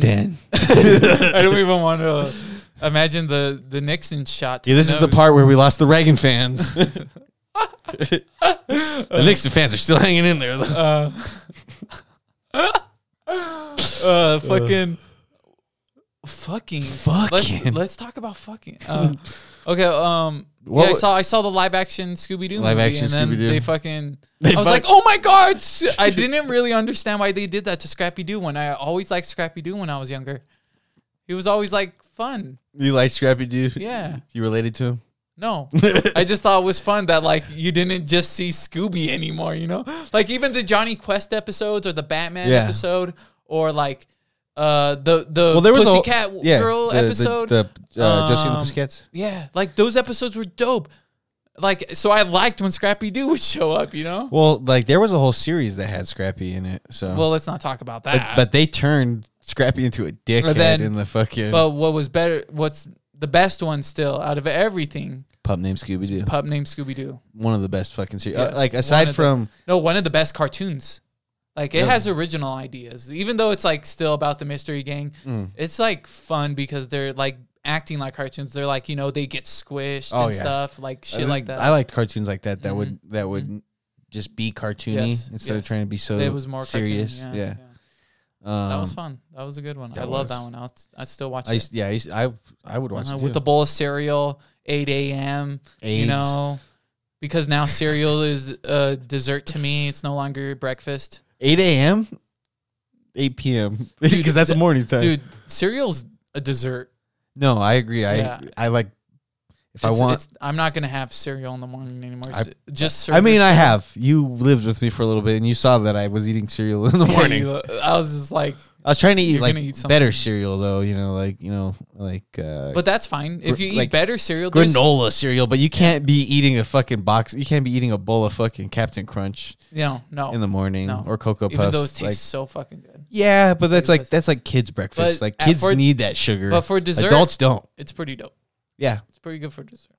[SPEAKER 2] Don't, Dan.
[SPEAKER 3] I don't even want to imagine the the Nixon shot. to
[SPEAKER 2] Yeah, this is the
[SPEAKER 3] nose.
[SPEAKER 2] part where we lost the Reagan fans. the Nixon fans are still hanging in there. Though.
[SPEAKER 3] Uh, uh, fucking, fucking, Let's
[SPEAKER 2] Fucking.
[SPEAKER 3] let's talk about fucking. Uh, okay, um,
[SPEAKER 2] What
[SPEAKER 3] yeah, I
[SPEAKER 2] wa-
[SPEAKER 3] saw I saw the live action Scooby Doo
[SPEAKER 2] Live
[SPEAKER 3] movie,
[SPEAKER 2] action
[SPEAKER 3] and then
[SPEAKER 2] Scooby-Doo.
[SPEAKER 3] they fucking.
[SPEAKER 2] They
[SPEAKER 3] I was
[SPEAKER 2] fuck-
[SPEAKER 3] like, oh my god! S- I didn't really understand why they did that to Scrappy Doo. When I always liked Scrappy Doo when I was younger, he was always like fun.
[SPEAKER 2] You like Scrappy Doo?
[SPEAKER 3] Yeah.
[SPEAKER 2] You related to him?
[SPEAKER 3] No, I just thought it was fun that like you didn't just see Scooby anymore. You know, like even the Johnny Quest episodes or the Batman
[SPEAKER 2] Yeah.
[SPEAKER 3] episode or like uh the the
[SPEAKER 2] Well, there was
[SPEAKER 3] Pussycat
[SPEAKER 2] a yeah,
[SPEAKER 3] Girl
[SPEAKER 2] the- the-
[SPEAKER 3] episode.
[SPEAKER 2] The, uh, Josie and the
[SPEAKER 3] Um,
[SPEAKER 2] Pussycats.
[SPEAKER 3] yeah, like those episodes were dope. Like so, I liked when Scrappy Doo would show up. You know.
[SPEAKER 2] Well, like there was a whole series that had Scrappy in it. So,
[SPEAKER 3] Well, let's not talk about
[SPEAKER 2] but,
[SPEAKER 3] that. But,
[SPEAKER 2] but they turned Scrappy into a dickhead
[SPEAKER 3] then-
[SPEAKER 2] in the fucking
[SPEAKER 3] what was better? What's the best one still out of everything?
[SPEAKER 2] pup named Scooby Doo.
[SPEAKER 3] Pup named Scooby Doo.
[SPEAKER 2] One of the best fucking series.
[SPEAKER 3] Yes,
[SPEAKER 2] like
[SPEAKER 3] one
[SPEAKER 2] aside
[SPEAKER 3] of the-
[SPEAKER 2] from.
[SPEAKER 3] No, one of the best cartoons. Like it has original ideas, even though it's like still about the mystery gang.
[SPEAKER 2] Mm.
[SPEAKER 3] It's like fun because they're like acting like cartoons. They're like you know they get squished
[SPEAKER 2] Oh,
[SPEAKER 3] and
[SPEAKER 2] yeah.
[SPEAKER 3] stuff like shit
[SPEAKER 2] I,
[SPEAKER 3] like that. Mm-hmm.
[SPEAKER 2] I liked cartoons like that. That would that would just be cartoony
[SPEAKER 3] Yes,
[SPEAKER 2] instead of
[SPEAKER 3] yes.
[SPEAKER 2] trying to be so
[SPEAKER 3] it was more
[SPEAKER 2] serious.
[SPEAKER 3] Cartoon.
[SPEAKER 2] yeah, Um,
[SPEAKER 3] that was fun. That was a good one. I
[SPEAKER 2] that
[SPEAKER 3] love that
[SPEAKER 2] was-
[SPEAKER 3] one. I will I still watch
[SPEAKER 2] I
[SPEAKER 3] it
[SPEAKER 2] used, yeah, I, used, I I would watch
[SPEAKER 3] Uh-huh,
[SPEAKER 2] it
[SPEAKER 3] with the
[SPEAKER 2] too.
[SPEAKER 3] bowl of cereal, eight a.m. You
[SPEAKER 2] AIDS.
[SPEAKER 3] know, because now cereal is uh, dessert to me. It's no longer breakfast.
[SPEAKER 2] eight a.m. eight p.m. because that's
[SPEAKER 3] th-
[SPEAKER 2] morning time.
[SPEAKER 3] Dude, cereal's a dessert.
[SPEAKER 2] No, I agree. I
[SPEAKER 3] Yeah.
[SPEAKER 2] I like if I
[SPEAKER 3] It's-
[SPEAKER 2] want.
[SPEAKER 3] it's- I'm not gonna have cereal in the morning anymore.
[SPEAKER 2] I-
[SPEAKER 3] just
[SPEAKER 2] I mean, I
[SPEAKER 3] cereal.
[SPEAKER 2] have. You lived with me for a little bit, and you saw that I was eating cereal in the
[SPEAKER 3] Yeah,
[SPEAKER 2] morning.
[SPEAKER 3] you- I was just like,
[SPEAKER 2] I was trying to eat
[SPEAKER 3] You're
[SPEAKER 2] like
[SPEAKER 3] gonna eat something.
[SPEAKER 2] better cereal, though. You know, like you know, like uh,
[SPEAKER 3] but that's fine. If you eat
[SPEAKER 2] like,
[SPEAKER 3] better cereal, there's-
[SPEAKER 2] granola cereal. But you can't be eating a fucking box. You can't be eating a bowl of fucking Captain Crunch
[SPEAKER 3] no, no,
[SPEAKER 2] in the morning
[SPEAKER 3] no.
[SPEAKER 2] or Cocoa
[SPEAKER 3] even though it
[SPEAKER 2] Puffs.
[SPEAKER 3] tastes
[SPEAKER 2] Like,
[SPEAKER 3] so fucking good,
[SPEAKER 2] yeah, but that's like
[SPEAKER 3] Puffs.
[SPEAKER 2] that's like kids' breakfast.
[SPEAKER 3] But
[SPEAKER 2] like
[SPEAKER 3] at-
[SPEAKER 2] kids
[SPEAKER 3] for-
[SPEAKER 2] need that sugar.
[SPEAKER 3] but for dessert-
[SPEAKER 2] adults don't.
[SPEAKER 3] it's pretty dope.
[SPEAKER 2] Yeah,
[SPEAKER 3] It's pretty good for dessert.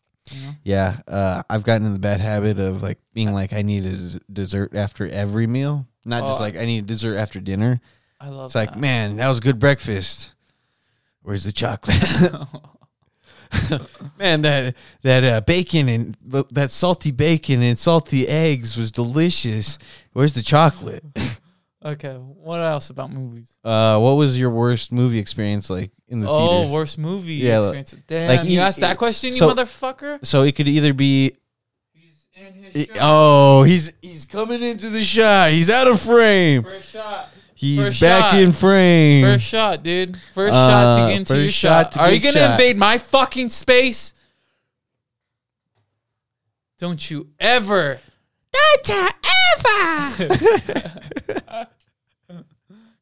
[SPEAKER 2] yeah. Uh, I've gotten in the bad habit of like being like I need a z- dessert after every meal, not just
[SPEAKER 3] Oh, I-
[SPEAKER 2] like I need a dessert after dinner.
[SPEAKER 3] I love.
[SPEAKER 2] It's like,
[SPEAKER 3] that.
[SPEAKER 2] man, that was good breakfast. Where's the chocolate? man, that that uh, bacon and th- that salty bacon and salty eggs was delicious. Where's the chocolate?
[SPEAKER 3] okay, what else about movies?
[SPEAKER 2] Uh, what was your worst movie experience like in the
[SPEAKER 3] Oh,
[SPEAKER 2] theaters?
[SPEAKER 3] worst movie
[SPEAKER 2] Yeah, like-
[SPEAKER 3] experience. Damn,
[SPEAKER 2] like,
[SPEAKER 3] you
[SPEAKER 2] e-
[SPEAKER 3] asked
[SPEAKER 2] e-
[SPEAKER 3] that question,
[SPEAKER 2] so-
[SPEAKER 3] you motherfucker.
[SPEAKER 2] So it could either be
[SPEAKER 3] He's in his
[SPEAKER 2] it- oh, he's he's coming into the shot. He's out of frame.
[SPEAKER 3] First shot.
[SPEAKER 2] He's
[SPEAKER 3] First
[SPEAKER 2] back
[SPEAKER 3] shot.
[SPEAKER 2] in frame.
[SPEAKER 3] First shot, dude. First shot
[SPEAKER 2] Hmm. Uh,
[SPEAKER 3] to get into your
[SPEAKER 2] first shot
[SPEAKER 3] shot.
[SPEAKER 2] to
[SPEAKER 3] Are
[SPEAKER 2] get
[SPEAKER 3] you gonna
[SPEAKER 2] shot.
[SPEAKER 3] invade my fucking space? Don't you ever. Don't you ever.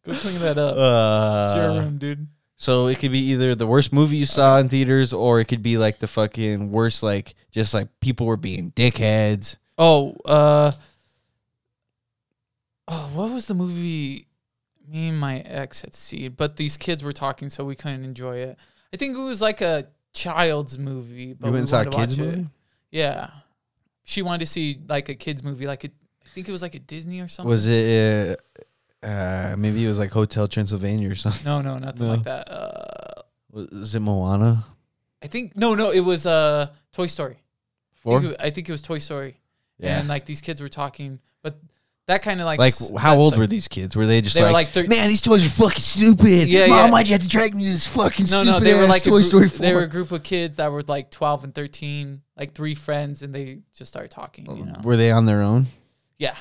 [SPEAKER 3] Go clean that up.
[SPEAKER 2] Uh,
[SPEAKER 3] it's your room, dude.
[SPEAKER 2] So it could be either the worst movie you saw in theaters, or it could be like the fucking worst, like just like people were being dickheads.
[SPEAKER 3] Oh, uh, oh, what was the movie? Me and my ex had seen, but these kids were talking, so we couldn't enjoy it. I think it was like a child's movie, but
[SPEAKER 2] You
[SPEAKER 3] we
[SPEAKER 2] went and saw a
[SPEAKER 3] wanted to
[SPEAKER 2] kids
[SPEAKER 3] watch it.
[SPEAKER 2] movie.
[SPEAKER 3] Yeah, she wanted to see like a kids movie, like a, I think it was like a Disney or something.
[SPEAKER 2] Was it? Uh, uh, maybe it was like Hotel Transylvania or something.
[SPEAKER 3] No, no, nothing
[SPEAKER 2] No.
[SPEAKER 3] like that. Uh,
[SPEAKER 2] Was it Moana?
[SPEAKER 3] I think no, no, it was uh Toy Story. I
[SPEAKER 2] Four.
[SPEAKER 3] think it, I think it was Toy Story,
[SPEAKER 2] Yeah.
[SPEAKER 3] and like these kids were talking, but that kind of like
[SPEAKER 2] Like,
[SPEAKER 3] s-
[SPEAKER 2] how
[SPEAKER 3] that
[SPEAKER 2] old
[SPEAKER 3] sucked.
[SPEAKER 2] were these kids? Were they just
[SPEAKER 3] They were
[SPEAKER 2] like,
[SPEAKER 3] like thir-
[SPEAKER 2] man, these toys are fucking stupid.
[SPEAKER 3] Yeah,
[SPEAKER 2] Mom,
[SPEAKER 3] yeah.
[SPEAKER 2] why'd you have to drag me to this fucking
[SPEAKER 3] No,
[SPEAKER 2] stupid
[SPEAKER 3] no, they were
[SPEAKER 2] ass
[SPEAKER 3] like a
[SPEAKER 2] Toy
[SPEAKER 3] group,
[SPEAKER 2] Story 4?
[SPEAKER 3] they were a group of kids that were like twelve and thirteen, like three friends, and they just started talking. You know,
[SPEAKER 2] Were they on their own?
[SPEAKER 3] yeah.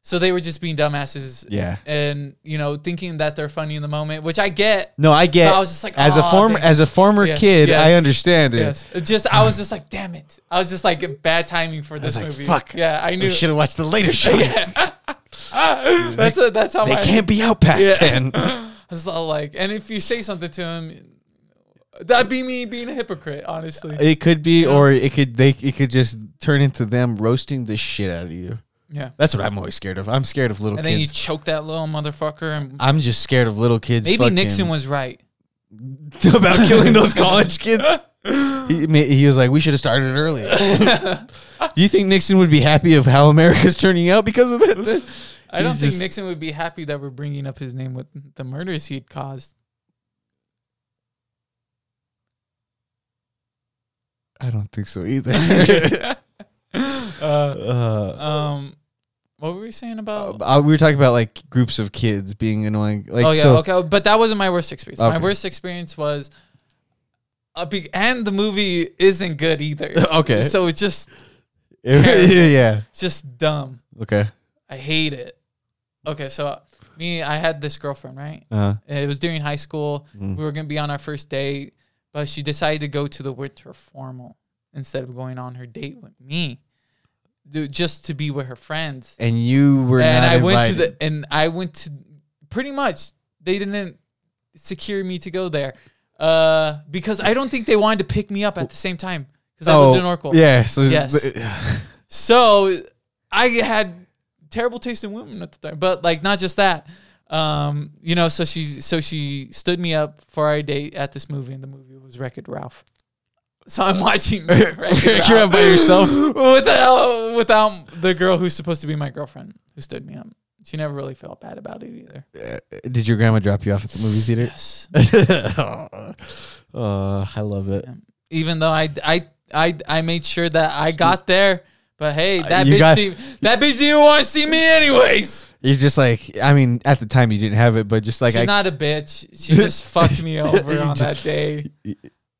[SPEAKER 3] So they were just being dumbasses.
[SPEAKER 2] Yeah.
[SPEAKER 3] and you know, thinking that they're funny in the moment, which I get.
[SPEAKER 2] No, I get.
[SPEAKER 3] But I was just like,
[SPEAKER 2] as a
[SPEAKER 3] "Aw,
[SPEAKER 2] former
[SPEAKER 3] they-
[SPEAKER 2] as a former
[SPEAKER 3] Yeah,
[SPEAKER 2] kid, I
[SPEAKER 3] yes,
[SPEAKER 2] understand it.
[SPEAKER 3] Yes, It just I was just like, damn it! I was just like bad timing for this
[SPEAKER 2] like,
[SPEAKER 3] movie.
[SPEAKER 2] fuck.
[SPEAKER 3] Yeah, I
[SPEAKER 2] We
[SPEAKER 3] knew.
[SPEAKER 2] should have watched the later show.
[SPEAKER 3] Ah, that's a, that's how
[SPEAKER 2] They
[SPEAKER 3] my,
[SPEAKER 2] can't be out past
[SPEAKER 3] Yeah.
[SPEAKER 2] 10.
[SPEAKER 3] I was all like, and if you say something to him, that'd be me being a hypocrite, honestly.
[SPEAKER 2] It could be, or it could they it could just turn into them roasting the shit out of you.
[SPEAKER 3] yeah,
[SPEAKER 2] That's what I'm always scared of. I'm scared of little
[SPEAKER 3] and then you
[SPEAKER 2] kids.
[SPEAKER 3] choke that little motherfucker, and
[SPEAKER 2] I'm just scared of little kids.
[SPEAKER 3] maybe
[SPEAKER 2] fucking-
[SPEAKER 3] Nixon was right.
[SPEAKER 2] about killing those college kids. He, he was like, we should have started earlier. Do you think Nixon would be happy of how America's turning out because of that?
[SPEAKER 3] I don't
[SPEAKER 2] He's
[SPEAKER 3] think
[SPEAKER 2] just-
[SPEAKER 3] Nixon would be happy that we're bringing up his name with the murders he'd caused.
[SPEAKER 2] I don't think so either.
[SPEAKER 3] Uh,
[SPEAKER 2] Uh,
[SPEAKER 3] um, what were we saying about?
[SPEAKER 2] uh, we were talking about like groups of kids being annoying. Like,
[SPEAKER 3] oh yeah,
[SPEAKER 2] so,
[SPEAKER 3] okay. But that wasn't my worst experience. My
[SPEAKER 2] Okay.
[SPEAKER 3] worst experience was a big, and the movie isn't good either.
[SPEAKER 2] Okay.
[SPEAKER 3] so it's just
[SPEAKER 2] yeah, yeah.
[SPEAKER 3] it's just dumb.
[SPEAKER 2] Okay.
[SPEAKER 3] I hate it. Okay, so uh, me, I had this girlfriend, right?
[SPEAKER 2] Uh,
[SPEAKER 3] It was during high school.
[SPEAKER 2] Mm.
[SPEAKER 3] We were gonna be on our first date, but she decided to go to the winter formal instead of going on her date with me, dude, just to be with her friends.
[SPEAKER 2] and you were
[SPEAKER 3] and
[SPEAKER 2] not
[SPEAKER 3] I went
[SPEAKER 2] invited.
[SPEAKER 3] to the and I went to pretty much they didn't secure me to go there uh, because I don't think they wanted to pick me up at the same time because I lived in Oracle.
[SPEAKER 2] Oh, Yeah. So
[SPEAKER 3] Yes. So I had terrible taste in women at the time, but like not just that. Um, you know, so she so she stood me up for our date at this movie, and the movie was Wreck It Ralph. So I'm watching Wreck-It
[SPEAKER 2] You're out by yourself.
[SPEAKER 3] without without the girl who's supposed to be my girlfriend who stood me up. She never really felt bad about it either.
[SPEAKER 2] Did your grandma drop you off at the movie theater?
[SPEAKER 3] Yes.
[SPEAKER 2] uh, I love it.
[SPEAKER 3] Even though I I I I made sure that I got there, but hey, that
[SPEAKER 2] Uh, You
[SPEAKER 3] bitch
[SPEAKER 2] got-
[SPEAKER 3] didn't, that bitch didn't want to see me anyways.
[SPEAKER 2] You're just like, I mean, at the time you didn't have it, but just like
[SPEAKER 3] She's
[SPEAKER 2] I,
[SPEAKER 3] not a bitch. She just fucked me over on that day.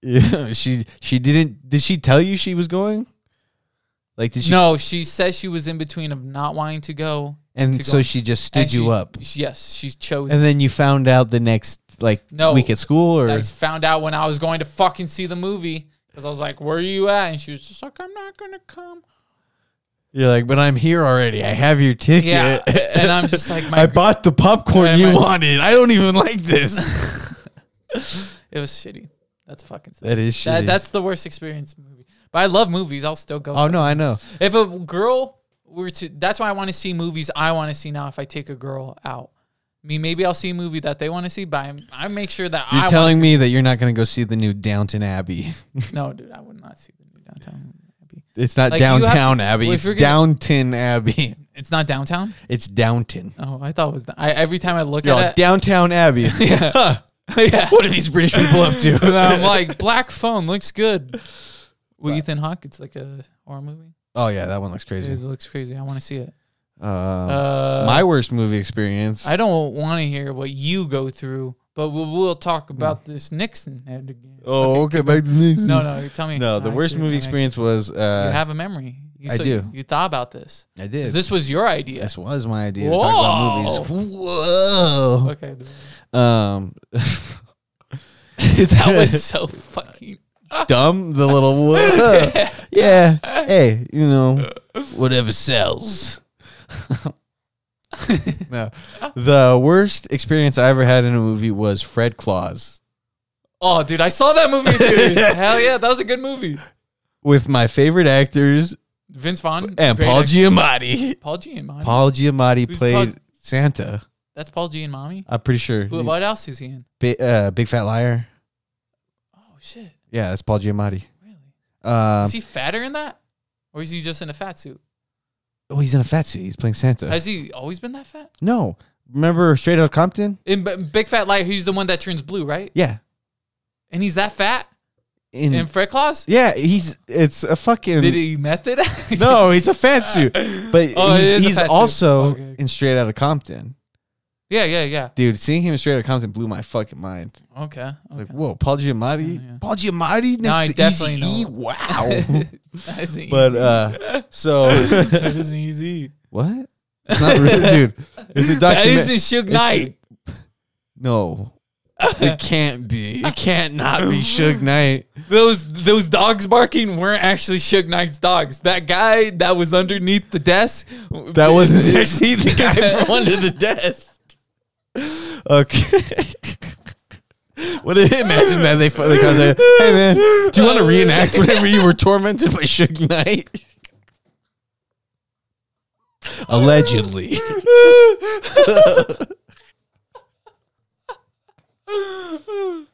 [SPEAKER 2] she she didn't. Did she tell you she was going? Like, did she?
[SPEAKER 3] no, she said she was in between of not wanting to go.
[SPEAKER 2] and
[SPEAKER 3] to
[SPEAKER 2] so
[SPEAKER 3] go.
[SPEAKER 2] she just stood
[SPEAKER 3] And
[SPEAKER 2] you
[SPEAKER 3] she-
[SPEAKER 2] up,
[SPEAKER 3] Yes, she chose.
[SPEAKER 2] and then you found out the next like
[SPEAKER 3] No.
[SPEAKER 2] week at school or
[SPEAKER 3] I found out when I was going to fucking see the movie because I was like, "Where are you at?" And she was just like, "I'm not gonna come."
[SPEAKER 2] you're like, but I'm here already. I have your ticket.
[SPEAKER 3] Yeah, and I'm just like, my,
[SPEAKER 2] I bought the popcorn
[SPEAKER 3] Yeah,
[SPEAKER 2] you
[SPEAKER 3] my-
[SPEAKER 2] wanted. I don't even like this.
[SPEAKER 3] it was shitty. That's fucking sad.
[SPEAKER 2] that is shitty.
[SPEAKER 3] That, that's the worst experience movie. But I love movies. I'll still go.
[SPEAKER 2] oh no, I know.
[SPEAKER 3] If a girl were to, that's why I want to see movies I want to see now. If I take a girl out, I mean, maybe I'll see a movie that they want to see, but I'm, I make sure that
[SPEAKER 2] You're
[SPEAKER 3] I wanna
[SPEAKER 2] telling
[SPEAKER 3] see-
[SPEAKER 2] me that you're not going to go see the new Downton Abbey.
[SPEAKER 3] No, dude, I would not see the new downtown. Abbey.
[SPEAKER 2] It's not
[SPEAKER 3] Like, you have
[SPEAKER 2] downtown
[SPEAKER 3] to-
[SPEAKER 2] Abbey.
[SPEAKER 3] well, if
[SPEAKER 2] it's
[SPEAKER 3] you're gonna-
[SPEAKER 2] Downton Abbey.
[SPEAKER 3] It's not downtown.
[SPEAKER 2] It's Downton.
[SPEAKER 3] Oh, I thought it was. I, every time I look
[SPEAKER 2] You're
[SPEAKER 3] at
[SPEAKER 2] like,
[SPEAKER 3] it,
[SPEAKER 2] downtown Abbey. Huh.
[SPEAKER 3] yeah.
[SPEAKER 2] What are these British people up
[SPEAKER 3] And
[SPEAKER 2] to?
[SPEAKER 3] I'm like, black phone looks good. With Ethan Hawke, it's like a horror movie.
[SPEAKER 2] oh yeah, that one looks
[SPEAKER 3] It
[SPEAKER 2] crazy.
[SPEAKER 3] looks crazy. I want to see it.
[SPEAKER 2] Um,
[SPEAKER 3] Uh,
[SPEAKER 2] my worst movie experience.
[SPEAKER 3] I don't want to hear what you go through, but we'll, we'll talk about this Nixon head again.
[SPEAKER 2] Hmm. oh, okay, back to the next.
[SPEAKER 3] No, no, you tell me.
[SPEAKER 2] no. The
[SPEAKER 3] I
[SPEAKER 2] worst
[SPEAKER 3] see what
[SPEAKER 2] movie
[SPEAKER 3] next-
[SPEAKER 2] experience was.
[SPEAKER 3] You
[SPEAKER 2] Uh,
[SPEAKER 3] have a memory. You
[SPEAKER 2] I
[SPEAKER 3] said
[SPEAKER 2] do.
[SPEAKER 3] You thought about this.
[SPEAKER 2] I did.
[SPEAKER 3] This was your idea.
[SPEAKER 2] this was my idea to talk about movies. Whoa.
[SPEAKER 3] okay. dude.
[SPEAKER 2] Um,
[SPEAKER 3] That was so fucking.
[SPEAKER 2] dumb. The little whoa. yeah. Hey, you know, whatever sells. no, the worst experience I ever had in a movie was Fred Claus
[SPEAKER 3] Oh, dude, I saw that movie. in theaters. Hell yeah, that was a good movie.
[SPEAKER 2] with my favorite actors
[SPEAKER 3] Vince Vaughn
[SPEAKER 2] and
[SPEAKER 3] great
[SPEAKER 2] Paul
[SPEAKER 3] actor.
[SPEAKER 2] Giamatti.
[SPEAKER 3] Paul Giamatti.
[SPEAKER 2] Paul Giamatti
[SPEAKER 3] Who's
[SPEAKER 2] played
[SPEAKER 3] Paul-
[SPEAKER 2] Santa.
[SPEAKER 3] That's Paul Giamatti.
[SPEAKER 2] I'm pretty sure.
[SPEAKER 3] Who, what else is he in?
[SPEAKER 2] Bi- uh, Big Fat Liar.
[SPEAKER 3] Oh shit!
[SPEAKER 2] Yeah, that's Paul Giamatti.
[SPEAKER 3] Really?
[SPEAKER 2] Um,
[SPEAKER 3] Is he fatter in that, or is he just in a fat suit?
[SPEAKER 2] oh, he's in a fat suit. He's playing Santa.
[SPEAKER 3] Has he always been that fat?
[SPEAKER 2] no, remember Straight Outta Compton?
[SPEAKER 3] In B- Big Fat Liar, he's the one that turns blue, right?
[SPEAKER 2] Yeah.
[SPEAKER 3] And he's that fat
[SPEAKER 2] In,
[SPEAKER 3] in Fred Claus.
[SPEAKER 2] Mm. yeah, he's it's a fucking
[SPEAKER 3] Did he method? act?
[SPEAKER 2] no, it's a fat suit. But
[SPEAKER 3] Oh, it
[SPEAKER 2] he's,
[SPEAKER 3] is a
[SPEAKER 2] he's
[SPEAKER 3] fat suit.
[SPEAKER 2] also
[SPEAKER 3] Okay, okay.
[SPEAKER 2] in Straight Outta Compton.
[SPEAKER 3] yeah, yeah, yeah.
[SPEAKER 2] Dude, seeing him in Straight Outta Compton blew my fucking mind.
[SPEAKER 3] Okay. okay.
[SPEAKER 2] Like, whoa, Paul Giamatti?
[SPEAKER 3] Yeah, yeah.
[SPEAKER 2] Paul Giamatti next
[SPEAKER 3] I
[SPEAKER 2] to
[SPEAKER 3] definitely
[SPEAKER 2] Eazy-E?
[SPEAKER 3] know.
[SPEAKER 2] Wow.
[SPEAKER 3] That's easy.
[SPEAKER 2] but uh so
[SPEAKER 3] that is easy.
[SPEAKER 2] what? It's not real, dude. It's a documentary.
[SPEAKER 3] That isn't Suge Knight.
[SPEAKER 2] No. it can't be. It can't not be Suge Knight.
[SPEAKER 3] Those those dogs barking weren't actually Suge Knight's dogs. That guy that was underneath the desk.
[SPEAKER 2] That wasn't actually the guy from under the desk. Okay. What did imagine that they finally got there? Hey Oh, man, do you want to reenact whenever you were tormented by Suge Knight? Allegedly.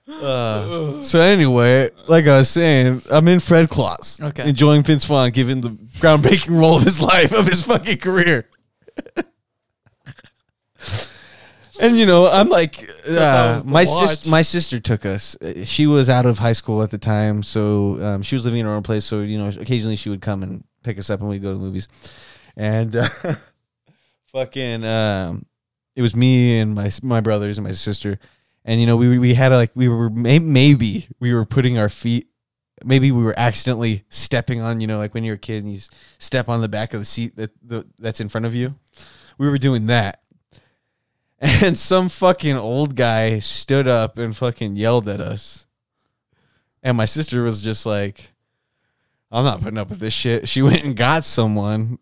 [SPEAKER 2] Uh, so anyway, like I was saying, I'm in Fred Claus,
[SPEAKER 3] Okay.
[SPEAKER 2] enjoying Vince Vaughn, given the groundbreaking role of his life, of his fucking career. and you know, I'm like, uh,
[SPEAKER 3] was the
[SPEAKER 2] my
[SPEAKER 3] watch.
[SPEAKER 2] sister, my sister took us. Uh, She was out of high school at the time, so um, she was living in her own place. So you know, occasionally she would come and pick us up, and we'd go to the movies. And uh, fucking, um, it was me and my my brothers and my sister, and you know, we we had like we were may- maybe we were putting our feet. Maybe we were accidentally stepping on, you know, like when you're a kid and you s- step on the back of the seat that the, that's in front of you. We were doing that, and some fucking old guy stood up and fucking yelled at us. And my sister was just like, I'm not putting up with this shit. She went and got someone,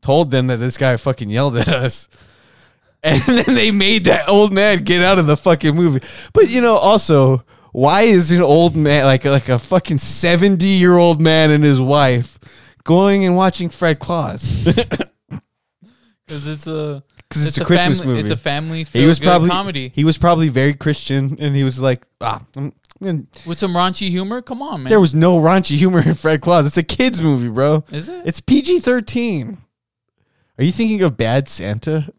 [SPEAKER 2] told them that this guy fucking yelled at us. And then they made that old man get out of the fucking movie. But you know, also, why is an old man like like a fucking 70 year old man and his wife going and watching Fred Claus? Because
[SPEAKER 3] because it's a
[SPEAKER 2] it's, a, Christmas
[SPEAKER 3] family,
[SPEAKER 2] movie.
[SPEAKER 3] It's a family.
[SPEAKER 2] He was probably
[SPEAKER 3] comedy
[SPEAKER 2] He was probably very Christian, and he was like, ah, I'm- I'm-
[SPEAKER 3] with some raunchy humor. Come on, man.
[SPEAKER 2] there was no raunchy humor in Fred Claus. It's a kids movie, bro.
[SPEAKER 3] Is it?
[SPEAKER 2] It's PG thirteen. Are you thinking of Bad Santa?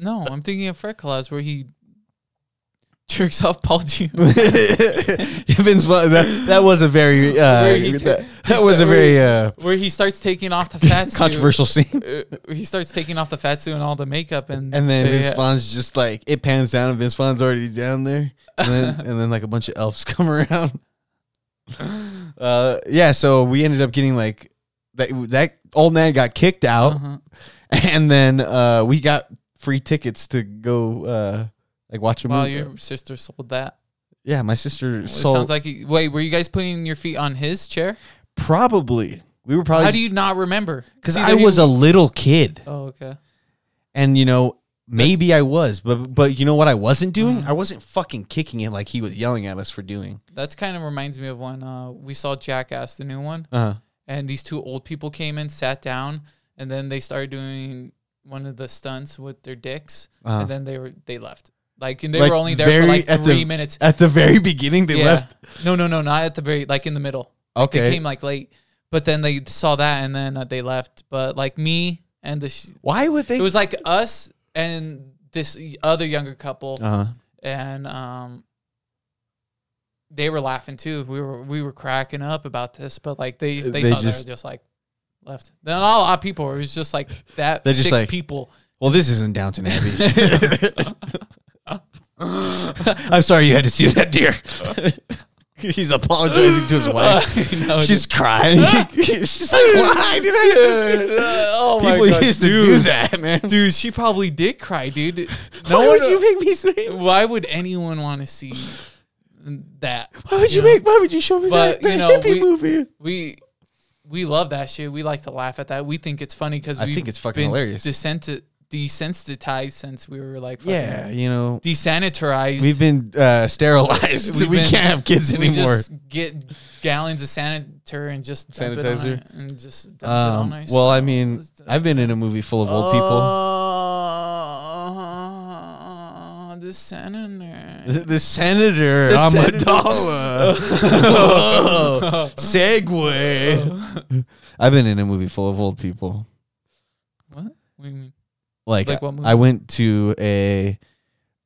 [SPEAKER 3] No, I'm thinking of Fred Claus where he jerks off Paul Giamatti.
[SPEAKER 2] Vince Vaughn- that, that was a very uh,
[SPEAKER 3] Where he
[SPEAKER 2] that,
[SPEAKER 3] took-
[SPEAKER 2] that was a very uh,
[SPEAKER 3] where he starts taking off the fat suit.
[SPEAKER 2] controversial scene.
[SPEAKER 3] Uh, he starts taking off the fat suit and all the makeup, and
[SPEAKER 2] And then
[SPEAKER 3] they- uh,
[SPEAKER 2] Vince Vaughn's just like it pans down, and Vince Vaughn's already down there, and then and then like a bunch of elves come around. Uh, yeah. So we ended up getting like that. That old man got kicked out,
[SPEAKER 3] Uh-huh.
[SPEAKER 2] and then uh, we got free tickets to go uh, Like watch a
[SPEAKER 3] Wow,
[SPEAKER 2] movie.
[SPEAKER 3] your sister sold that.
[SPEAKER 2] yeah, my sister
[SPEAKER 3] Well,
[SPEAKER 2] sold.
[SPEAKER 3] it sounds like you, wait, were you guys putting your feet on his chair?
[SPEAKER 2] probably we were probably
[SPEAKER 3] How do you not remember?
[SPEAKER 2] because
[SPEAKER 3] See,
[SPEAKER 2] I
[SPEAKER 3] there you-
[SPEAKER 2] was a little kid,
[SPEAKER 3] Oh, okay.
[SPEAKER 2] and you know maybe I was, but but you know what I wasn't doing?
[SPEAKER 3] Uh-huh.
[SPEAKER 2] I wasn't fucking kicking it like he was yelling at us for doing.
[SPEAKER 3] That's kind of reminds me of when uh, we saw Jackass, the new one,
[SPEAKER 2] Uh huh.
[SPEAKER 3] and these two old people came in, sat down, and then they started doing one of the stunts with their dicks,
[SPEAKER 2] Uh-huh.
[SPEAKER 3] and then they were they left. Like, and they
[SPEAKER 2] Like,
[SPEAKER 3] were only there
[SPEAKER 2] very-
[SPEAKER 3] for like
[SPEAKER 2] at the-
[SPEAKER 3] three minutes.
[SPEAKER 2] At the very beginning, they
[SPEAKER 3] yeah.
[SPEAKER 2] left.
[SPEAKER 3] No, no, no, not at the very like in the middle. Like,
[SPEAKER 2] Okay.
[SPEAKER 3] They came like late, but then they saw that and then uh, they left. But like me and the sh-
[SPEAKER 2] Why would they?
[SPEAKER 3] it was like us and this other younger couple
[SPEAKER 2] uh huh.
[SPEAKER 3] and um they were laughing too we were we were cracking up about this but like they they,
[SPEAKER 2] Uh, They
[SPEAKER 3] saw
[SPEAKER 2] just-
[SPEAKER 3] they were just like left then a lot of people it was just like that
[SPEAKER 2] They're
[SPEAKER 3] six
[SPEAKER 2] just like-
[SPEAKER 3] people
[SPEAKER 2] Well, this isn't Downton Abbey. I'm sorry you had to see that deer. He's apologizing to his wife.
[SPEAKER 3] You know,
[SPEAKER 2] She's crying. She's like, why did I
[SPEAKER 3] just-
[SPEAKER 2] do
[SPEAKER 3] Dude,
[SPEAKER 2] this?
[SPEAKER 3] uh, oh my
[SPEAKER 2] People
[SPEAKER 3] god
[SPEAKER 2] used to do that, man.
[SPEAKER 3] dude she probably did cry dude
[SPEAKER 2] why
[SPEAKER 3] no
[SPEAKER 2] would
[SPEAKER 3] one
[SPEAKER 2] you make me say?
[SPEAKER 3] why would anyone want to see that
[SPEAKER 2] Why would you,
[SPEAKER 3] know?
[SPEAKER 2] make? Why would you show me
[SPEAKER 3] But,
[SPEAKER 2] that, that
[SPEAKER 3] you know,
[SPEAKER 2] hippie
[SPEAKER 3] we-
[SPEAKER 2] movie?
[SPEAKER 3] we we love that shit. We like to laugh at that. We think it's funny because
[SPEAKER 2] I think it's fucking hilarious.
[SPEAKER 3] Desensitized, desensitized since we were like fucking
[SPEAKER 2] Yeah, you know,
[SPEAKER 3] desanitarized.
[SPEAKER 2] we've been uh, sterilized.
[SPEAKER 3] We've
[SPEAKER 2] we
[SPEAKER 3] been-
[SPEAKER 2] can't have kids
[SPEAKER 3] we
[SPEAKER 2] anymore.
[SPEAKER 3] just get gallons of sanitizer and just dump it on
[SPEAKER 2] Sanitizer?
[SPEAKER 3] it and just dump
[SPEAKER 2] Um,
[SPEAKER 3] it on
[SPEAKER 2] well, I mean, I've been in a movie full of old people.
[SPEAKER 3] Oh, the senator.
[SPEAKER 2] The senator
[SPEAKER 3] The
[SPEAKER 2] Amidala. Whoa. Segway. I've been in a movie full of old people.
[SPEAKER 3] what? What do you mean?
[SPEAKER 2] Like,
[SPEAKER 3] Like what movie?
[SPEAKER 2] I went to a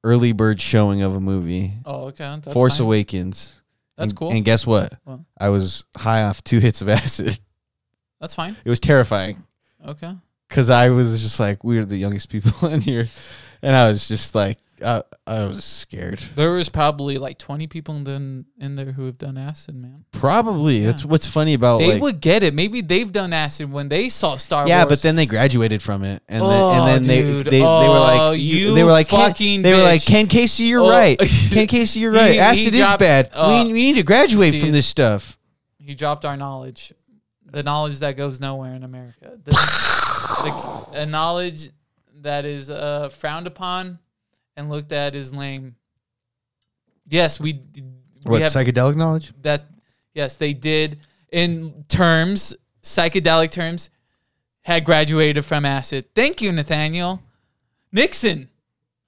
[SPEAKER 2] early bird showing of a movie,
[SPEAKER 3] Oh, okay. That's
[SPEAKER 2] Force
[SPEAKER 3] fine.
[SPEAKER 2] Awakens.
[SPEAKER 3] That's
[SPEAKER 2] And-
[SPEAKER 3] cool.
[SPEAKER 2] And guess what?
[SPEAKER 3] What?
[SPEAKER 2] I was high off two hits of acid.
[SPEAKER 3] That's fine.
[SPEAKER 2] It was terrifying
[SPEAKER 3] Okay.
[SPEAKER 2] because I was just like, we are the youngest people in here, and I was just like, I, I was scared.
[SPEAKER 3] There was probably like 20 people in, the, in there who have done acid, man.
[SPEAKER 2] Probably that's what's funny about
[SPEAKER 3] They
[SPEAKER 2] like,
[SPEAKER 3] would get it. Maybe they've done acid when they saw Star
[SPEAKER 2] Yeah,
[SPEAKER 3] Wars.
[SPEAKER 2] but then they graduated from it, and
[SPEAKER 3] Oh,
[SPEAKER 2] then, and then
[SPEAKER 3] dude.
[SPEAKER 2] they they, they were
[SPEAKER 3] Oh,
[SPEAKER 2] like
[SPEAKER 3] you
[SPEAKER 2] they were like "Ken-
[SPEAKER 3] fucking
[SPEAKER 2] they were like
[SPEAKER 3] bitch."
[SPEAKER 2] Ken Casey, you're
[SPEAKER 3] Oh.
[SPEAKER 2] right. Ken Casey, you're
[SPEAKER 3] He-
[SPEAKER 2] right.
[SPEAKER 3] he
[SPEAKER 2] Acid is
[SPEAKER 3] dropped-
[SPEAKER 2] bad.
[SPEAKER 3] uh,
[SPEAKER 2] we, we need to graduate
[SPEAKER 3] see-
[SPEAKER 2] from this stuff.
[SPEAKER 3] he dropped our knowledge, the knowledge that goes nowhere in America, the, the- a knowledge that is uh, frowned upon and looked at as lame. Yes, we d- we have
[SPEAKER 2] psychedelic knowledge?
[SPEAKER 3] that. Yes, they did in terms psychedelic terms had graduated from acid. Thank you, Nathaniel Nixon.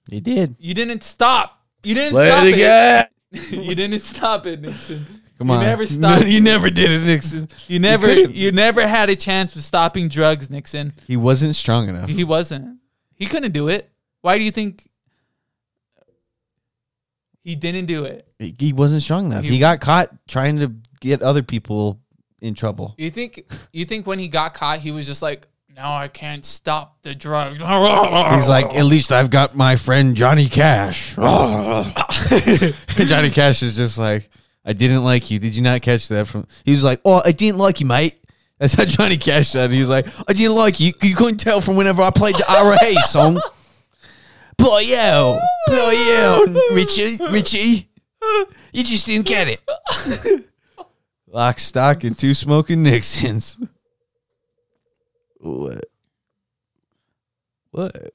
[SPEAKER 2] They did.
[SPEAKER 3] You didn't stop. You didn't stop it. you didn't stop it, Nixon.
[SPEAKER 2] Come
[SPEAKER 3] you
[SPEAKER 2] on,
[SPEAKER 3] never stopped.
[SPEAKER 2] you never did it, Nixon.
[SPEAKER 3] You never
[SPEAKER 2] could've.
[SPEAKER 3] you never had a chance of stopping drugs, Nixon.
[SPEAKER 2] He wasn't strong enough.
[SPEAKER 3] He wasn't. He couldn't do it. Why do you think he didn't do it?
[SPEAKER 2] He, he wasn't strong enough.
[SPEAKER 3] He-
[SPEAKER 2] He, got caught trying to get other people in trouble.
[SPEAKER 3] You think you think when he got caught he was just like, No, I can't stop the drugs.
[SPEAKER 2] He's like, at least I've got my friend Johnny Cash. Johnny Cash is just like, I didn't like you. Did you not catch that from? He was like, oh, I didn't like you, mate. That's how Johnny Cash said. He was like, I didn't like you. You couldn't tell from whenever I played the RA song. Blow you, blow you, Richie, Richie. You just didn't get it. Lock, stock, and two smoking Nixons. What? What?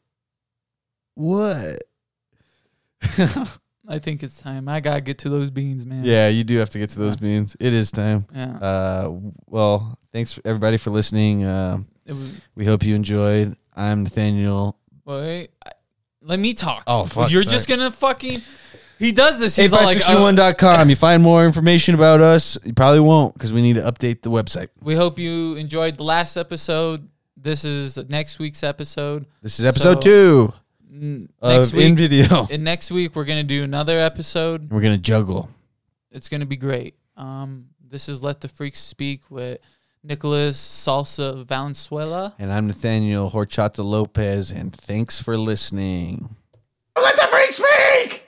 [SPEAKER 2] What?
[SPEAKER 3] I think it's time. I gotta get to those beans, man.
[SPEAKER 2] Yeah, you do have to get to those beans. It is time.
[SPEAKER 3] Yeah.
[SPEAKER 2] Uh, well, thanks for everybody for listening. Um,
[SPEAKER 3] It was,
[SPEAKER 2] we hope you enjoyed. I'm Nathaniel.
[SPEAKER 3] wait. I- Let me talk.
[SPEAKER 2] Oh, fuck,
[SPEAKER 3] You're
[SPEAKER 2] sorry.
[SPEAKER 3] just gonna fucking he does this. He's all like, uh,
[SPEAKER 2] 8561.com. You find more information about us. You probably won't because we need to update the website.
[SPEAKER 3] we hope you enjoyed the last episode. This is next week's episode.
[SPEAKER 2] This is episode two
[SPEAKER 3] next
[SPEAKER 2] of
[SPEAKER 3] week,
[SPEAKER 2] In Video.
[SPEAKER 3] and next week we're gonna do another episode.
[SPEAKER 2] We're gonna juggle.
[SPEAKER 3] It's gonna be great. Um, this is Let the Freaks Speak with Nicholas Salsa Valenzuela.
[SPEAKER 2] And I'm Nathaniel Horchata Lopez, and thanks for listening.
[SPEAKER 4] Let the freak speak!